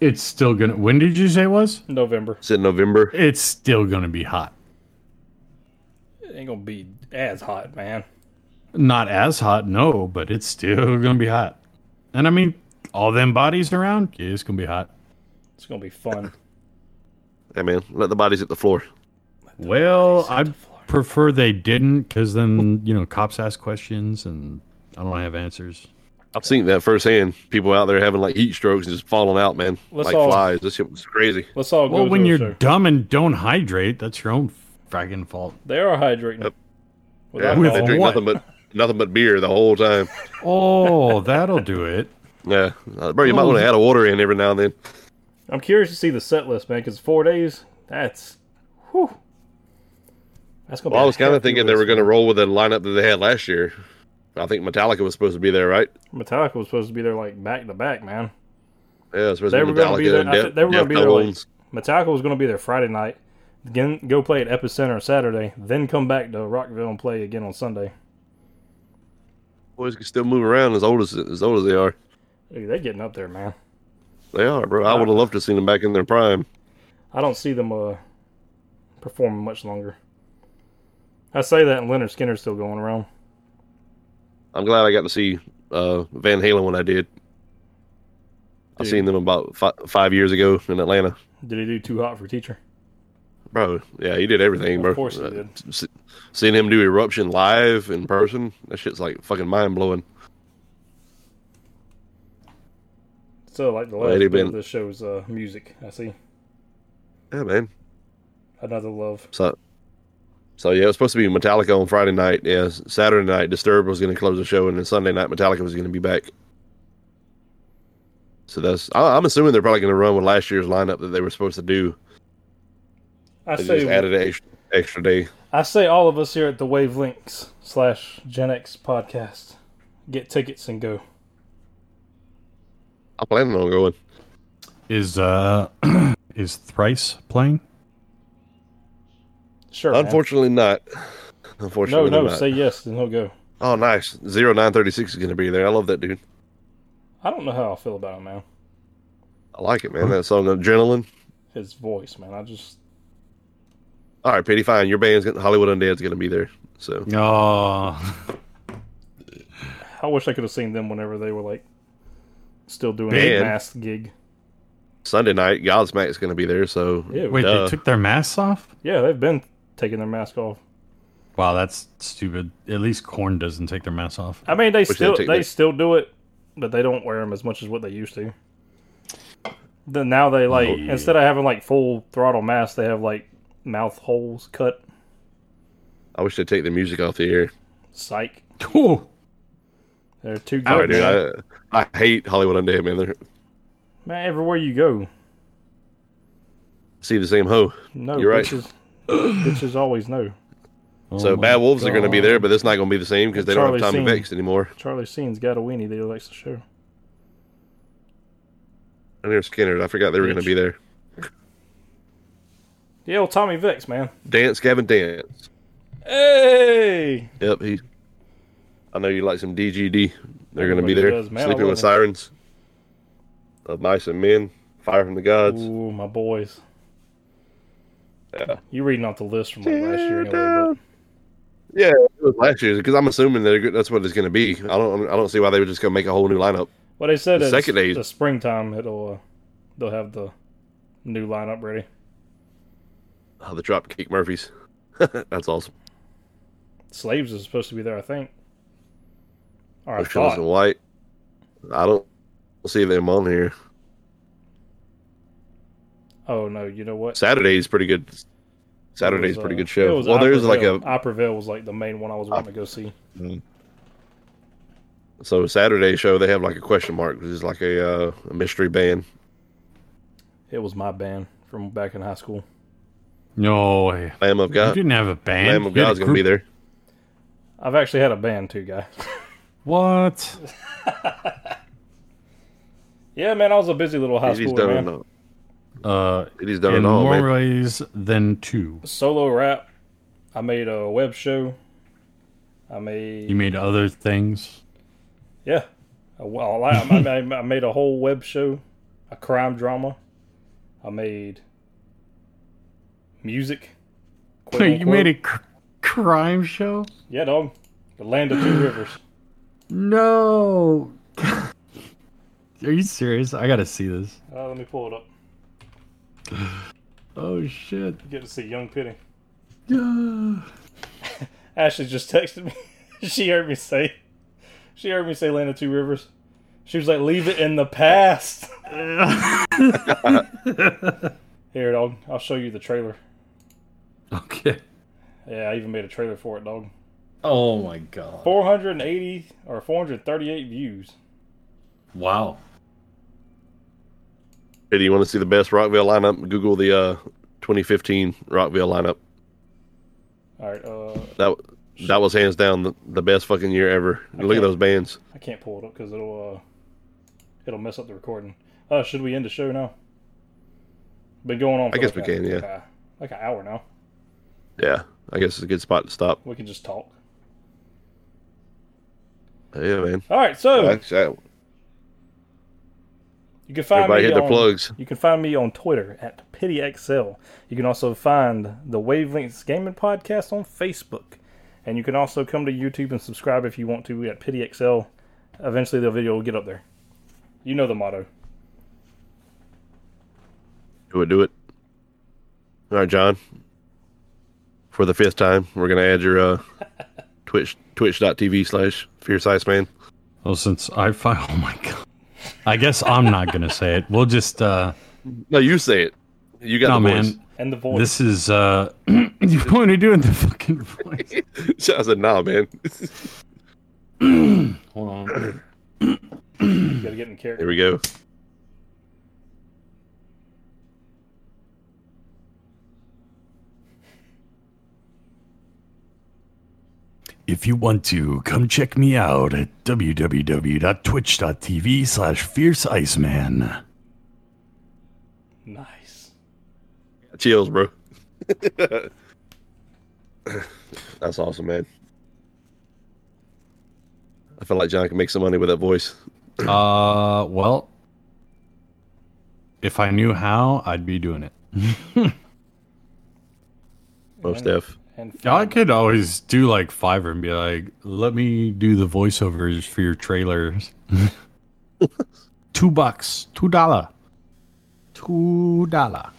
C: It's still gonna. When did you say it was?
A: November.
B: It's in November.
C: It's still gonna be hot.
A: It ain't gonna be as hot, man.
C: Not as hot, no, but it's still gonna be hot. And I mean, all them bodies around, yeah, it's gonna be hot.
A: It's gonna be fun.
B: Hey man, let the bodies hit the floor.
C: Well, I prefer they didn't, because then you know cops ask questions and I don't have answers.
B: I've seen that firsthand. People out there having like heat strokes and just falling out, man,
A: Let's
B: like
A: all-
B: flies. This shit was crazy.
A: *laughs* Let's all go.
C: Well,
A: to
C: when
A: a
C: you're
A: show.
C: dumb and don't hydrate, that's your own fragging fault.
A: they are hydrating.
B: Yep.
A: With
B: Yeah,
A: alcohol.
B: they drink
C: what?
B: nothing but nothing but beer the whole time. *laughs*
C: Oh, that'll do it.
B: Yeah, Uh, bro, you might want to add a water in every now and then.
A: I'm curious to see the set list, man, because four days. That's, whew. That's gonna. be
B: Well, I
A: a
B: was kind of
A: hefty
B: thinking they
A: list.
B: were going to roll with the lineup that they had last year. I think Metallica was supposed to be there, right?
A: Metallica was supposed to be there like back to back, man.
B: Yeah, it's supposed
A: They
B: to
A: were
B: be
A: gonna be
B: Metallica
A: there.
B: and
A: I
B: Death,
A: think they were gonna
B: Death
A: be there. Like,
B: Tones.
A: Metallica was gonna be there Friday night. Again, go play at Epicenter Saturday, then come back to Rockville and play again on Sunday.
B: Boys can still move around as old as as old as they are.
A: Dude, they're getting up there, man.
B: They are, bro. I would have loved to see them back in their prime.
A: I don't see them uh, performing much longer. I say that, and Leonard Skinner's still going around.
B: I'm glad I got to see uh, Van Halen when I did. I
A: Dude.
B: seen them about fi- five years ago in Atlanta,
A: Did he do too hot for teacher?
B: bro. Yeah, he did everything,
A: Of
B: bro. Uh,
A: course he did.
B: s- seeing him do Eruption live in person, that shit's like fucking mind blowing.
A: So like the last
B: Lady
A: bit of
B: Ben.
A: the show's uh, music. I see
B: Yeah, man.
A: another love.
B: So, so yeah, it was supposed to be Metallica on Friday night. Yeah, Saturday night, Disturbed was going to close the show, and then Sunday night, Metallica was going to be back. So that's I, I'm assuming they're probably going to run with last year's lineup that they were supposed to do.
A: I
B: They
A: say
B: just added an extra, extra day.
A: I say all of us here at the Wavelinks slash Gen X podcast get tickets and go.
B: I'm planning on going.
C: Is uh, *clears throat* is thrice playing?
A: Sure. man.
B: Unfortunately, not.
A: No,
B: Unfortunately,
A: no.
B: not.
A: Say yes, then he'll go.
B: oh, nice. Zero nine thirty six is going to be there. I love that dude.
A: I don't know how I feel about him, man.
B: I like it, man. That song, Adrenaline.
A: His voice, man. I just
B: All right, Petey, Oh. fine. Your band's gonna, Hollywood Undead's going to be there. So
C: Oh,
A: I wish I could have seen them whenever they were like still doing
B: Man.
A: a mass gig.
B: Sunday night, Godsmack's going to be there, so
A: Yeah,
C: *laughs* Wait,
B: Duh.
C: they took their masks off?
A: yeah, they've been taking their mask off.
C: Wow, that's stupid. At least Corn doesn't take their
B: *laughs*
C: masks off.
A: I mean, they
B: they
A: still
B: take
A: they
B: the-
A: still do it, but they don't wear them as much as what they used to. Then now
B: Oh,
A: they like
C: Yeah.
A: instead of having like full throttle masks, they have like mouth holes cut.
B: I wish they'd take the music off the air.
A: Psych.
C: Ooh,
A: They're too
B: I
A: good.
B: do.
A: man.
B: I, I hate Hollywood Undead, man. They
A: Man, everywhere you go,
B: see the same hoe.
A: no
B: You're right.
A: bitches. bitches always know.
C: Oh
B: so
C: my
B: Bad Wolves are going to be
C: God.
B: there, but it's not going to be the same because they
A: Charlie
B: don't have Tommy
A: Sheen.
B: Vex anymore.
A: Charlie Sheen's got a weenie that he likes to show.
B: And there's Skinner. I forgot they were going to be there.
A: Yeah, well, Tommy Vicks, man.
B: Dance, Gavin, dance.
A: Hey,
B: Yep, he. I know you like some DGD. They're going to
A: Everybody
B: be there.
A: does, man. I
B: Sleeping
A: love
B: with
A: it.
B: Sirens. Of Mice and Men. Fire from the Gods.
A: ooh, my boys.
B: Yeah.
A: You reading off the list from like, last year? Anyway, but-
B: Yeah, it was last year's because I'm assuming they're, go- that's what it's going to be. I don't. I don't see why they were just going to make a whole new lineup.
A: Well, they said
B: The
A: that
B: second
A: it's-
B: age-
A: the springtime it'll uh, they'll have the new lineup ready.
B: Oh, the Dropkick Murphys. *laughs* that's awesome.
A: Slaves is supposed to be there, I think. Or I
B: Ocean
A: thought.
B: and White. I don't see them on here.
A: Oh no, you know what?
B: Saturday's pretty good.
A: It
B: Saturday's
A: was,
B: pretty
A: uh,
B: good
A: it
B: show.
A: was
B: Well, there's like
A: Operville.
B: a
A: Operville was like the main one I was wanting to go see.
B: so Saturday show. They have like a question mark, which is like a, uh, a mystery band.
A: It was my band from back in high school.
C: No way.
B: Lamb of
C: You
B: God.
C: didn't have a band.
B: Lamb of
C: You had a
B: God's gonna be
C: group.
B: there.
A: I've actually had a band too, guy.
C: What?
A: yeah, man, I was a busy little high
B: He's
A: schooler,
B: done
A: man.
B: it all.
C: Uh,
B: He's done
C: in
B: it all,
C: more
B: man.
C: ways than two.
A: Solo rap. I made a web show. I made
C: You made other things.
A: Yeah. Uh, Well, I, I, I- I made a whole web show, a crime drama. I made music. quote
C: *laughs* you
A: unquote.
C: made a cr- crime show?
A: Yeah, dog. The land of two rivers.
C: *laughs* No. Are you serious? I gotta see this.
A: Uh, let me pull it up.
C: Oh shit.
A: You get to see Young Pity.
C: Yeah.
A: Ashley just texted me. *laughs* she heard me say, she heard me say land of two rivers. She was like, leave it in the past. Here, dog. I'll show you the trailer.
C: okay.
A: Yeah, I even made a trailer for it, dog.
C: Oh my god.
A: 480 or 438 views.
C: Wow.
B: Hey, do you want to see the best Rockville lineup? Google the uh, 2015 Rockville lineup.
A: All right, uh,
B: That that was hands down the, the best fucking year ever. Look
A: can't-
B: at those bands.
A: I can't pull it up because it'll uh, it'll mess up the recording. Uh, should we end the show now? Been going on. For
B: I guess
A: like
B: we
A: a-
B: can, yeah.
A: like a- like an hour now.
B: Yeah, I guess it's a good spot to stop.
A: We can just talk.
B: Yeah, man.
A: All right, so
C: Oh.
B: Actually,
A: you can find
B: everybody
A: me
B: hit their
A: on,
B: plugs.
A: You can find me on Twitter at PityXL. You can also find the Wavelengths Gaming Podcast on Facebook. And you can also come to YouTube and subscribe if you want to at PityXL. Eventually, the video will get up there. You know the motto.
B: Do it, do it. All right, John. For the fifth time, we're gonna add your uh, Twitch twitch.tv slash fierce ice man.
C: Well, since I fi- *laughs* oh my god. I guess I'm not gonna say it. We'll just uh
B: No, you say it. You
C: no
B: got the voice.
C: man.
A: And the voice.
C: This is uh *clears throat* you want to do in the fucking voice.
B: *laughs* I said, nah, man. *laughs*
C: Hold on.
A: You gotta get in character.
B: Here we go.
D: If you want to, come check me out at www.twitch.tv slash fierceiceman.
A: Nice.
B: Chills, bro. *laughs* That's awesome, man. I feel like John can make some money with that voice.
C: Uh well if I knew how, I'd be doing it.
B: Most
A: Yeah.
B: F.
A: and
C: Yeah, I
A: find-
C: could always do like Fiverr and be like, let me do the voiceovers for your trailers. *laughs* two bucks, two dollar, two dollar.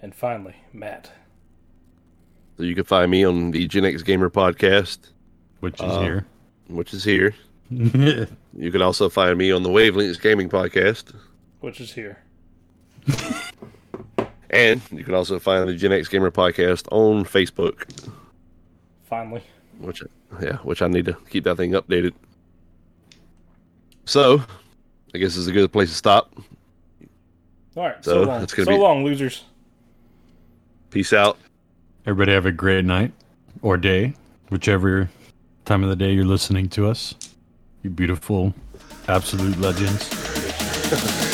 A: and finally, Matt.
B: So you can find me on the Gen X Gamer podcast,
C: Which is
B: Uh,
C: here.
B: which is here. You can also find me on the Wavelengths Gaming podcast,
A: which is here.
B: and you can also find the Gen X Gamer podcast on Facebook.
A: Finally,
B: Which, yeah, which I need to keep that thing updated. So, I guess it's a good place to stop.
A: all right. So,
B: So,
A: long,
B: it's
A: so
B: gonna be-
A: long, losers.
B: Peace out.
C: *laughs* Everybody have a great night or day, whichever time of the day you're listening to us. You beautiful, absolute legends.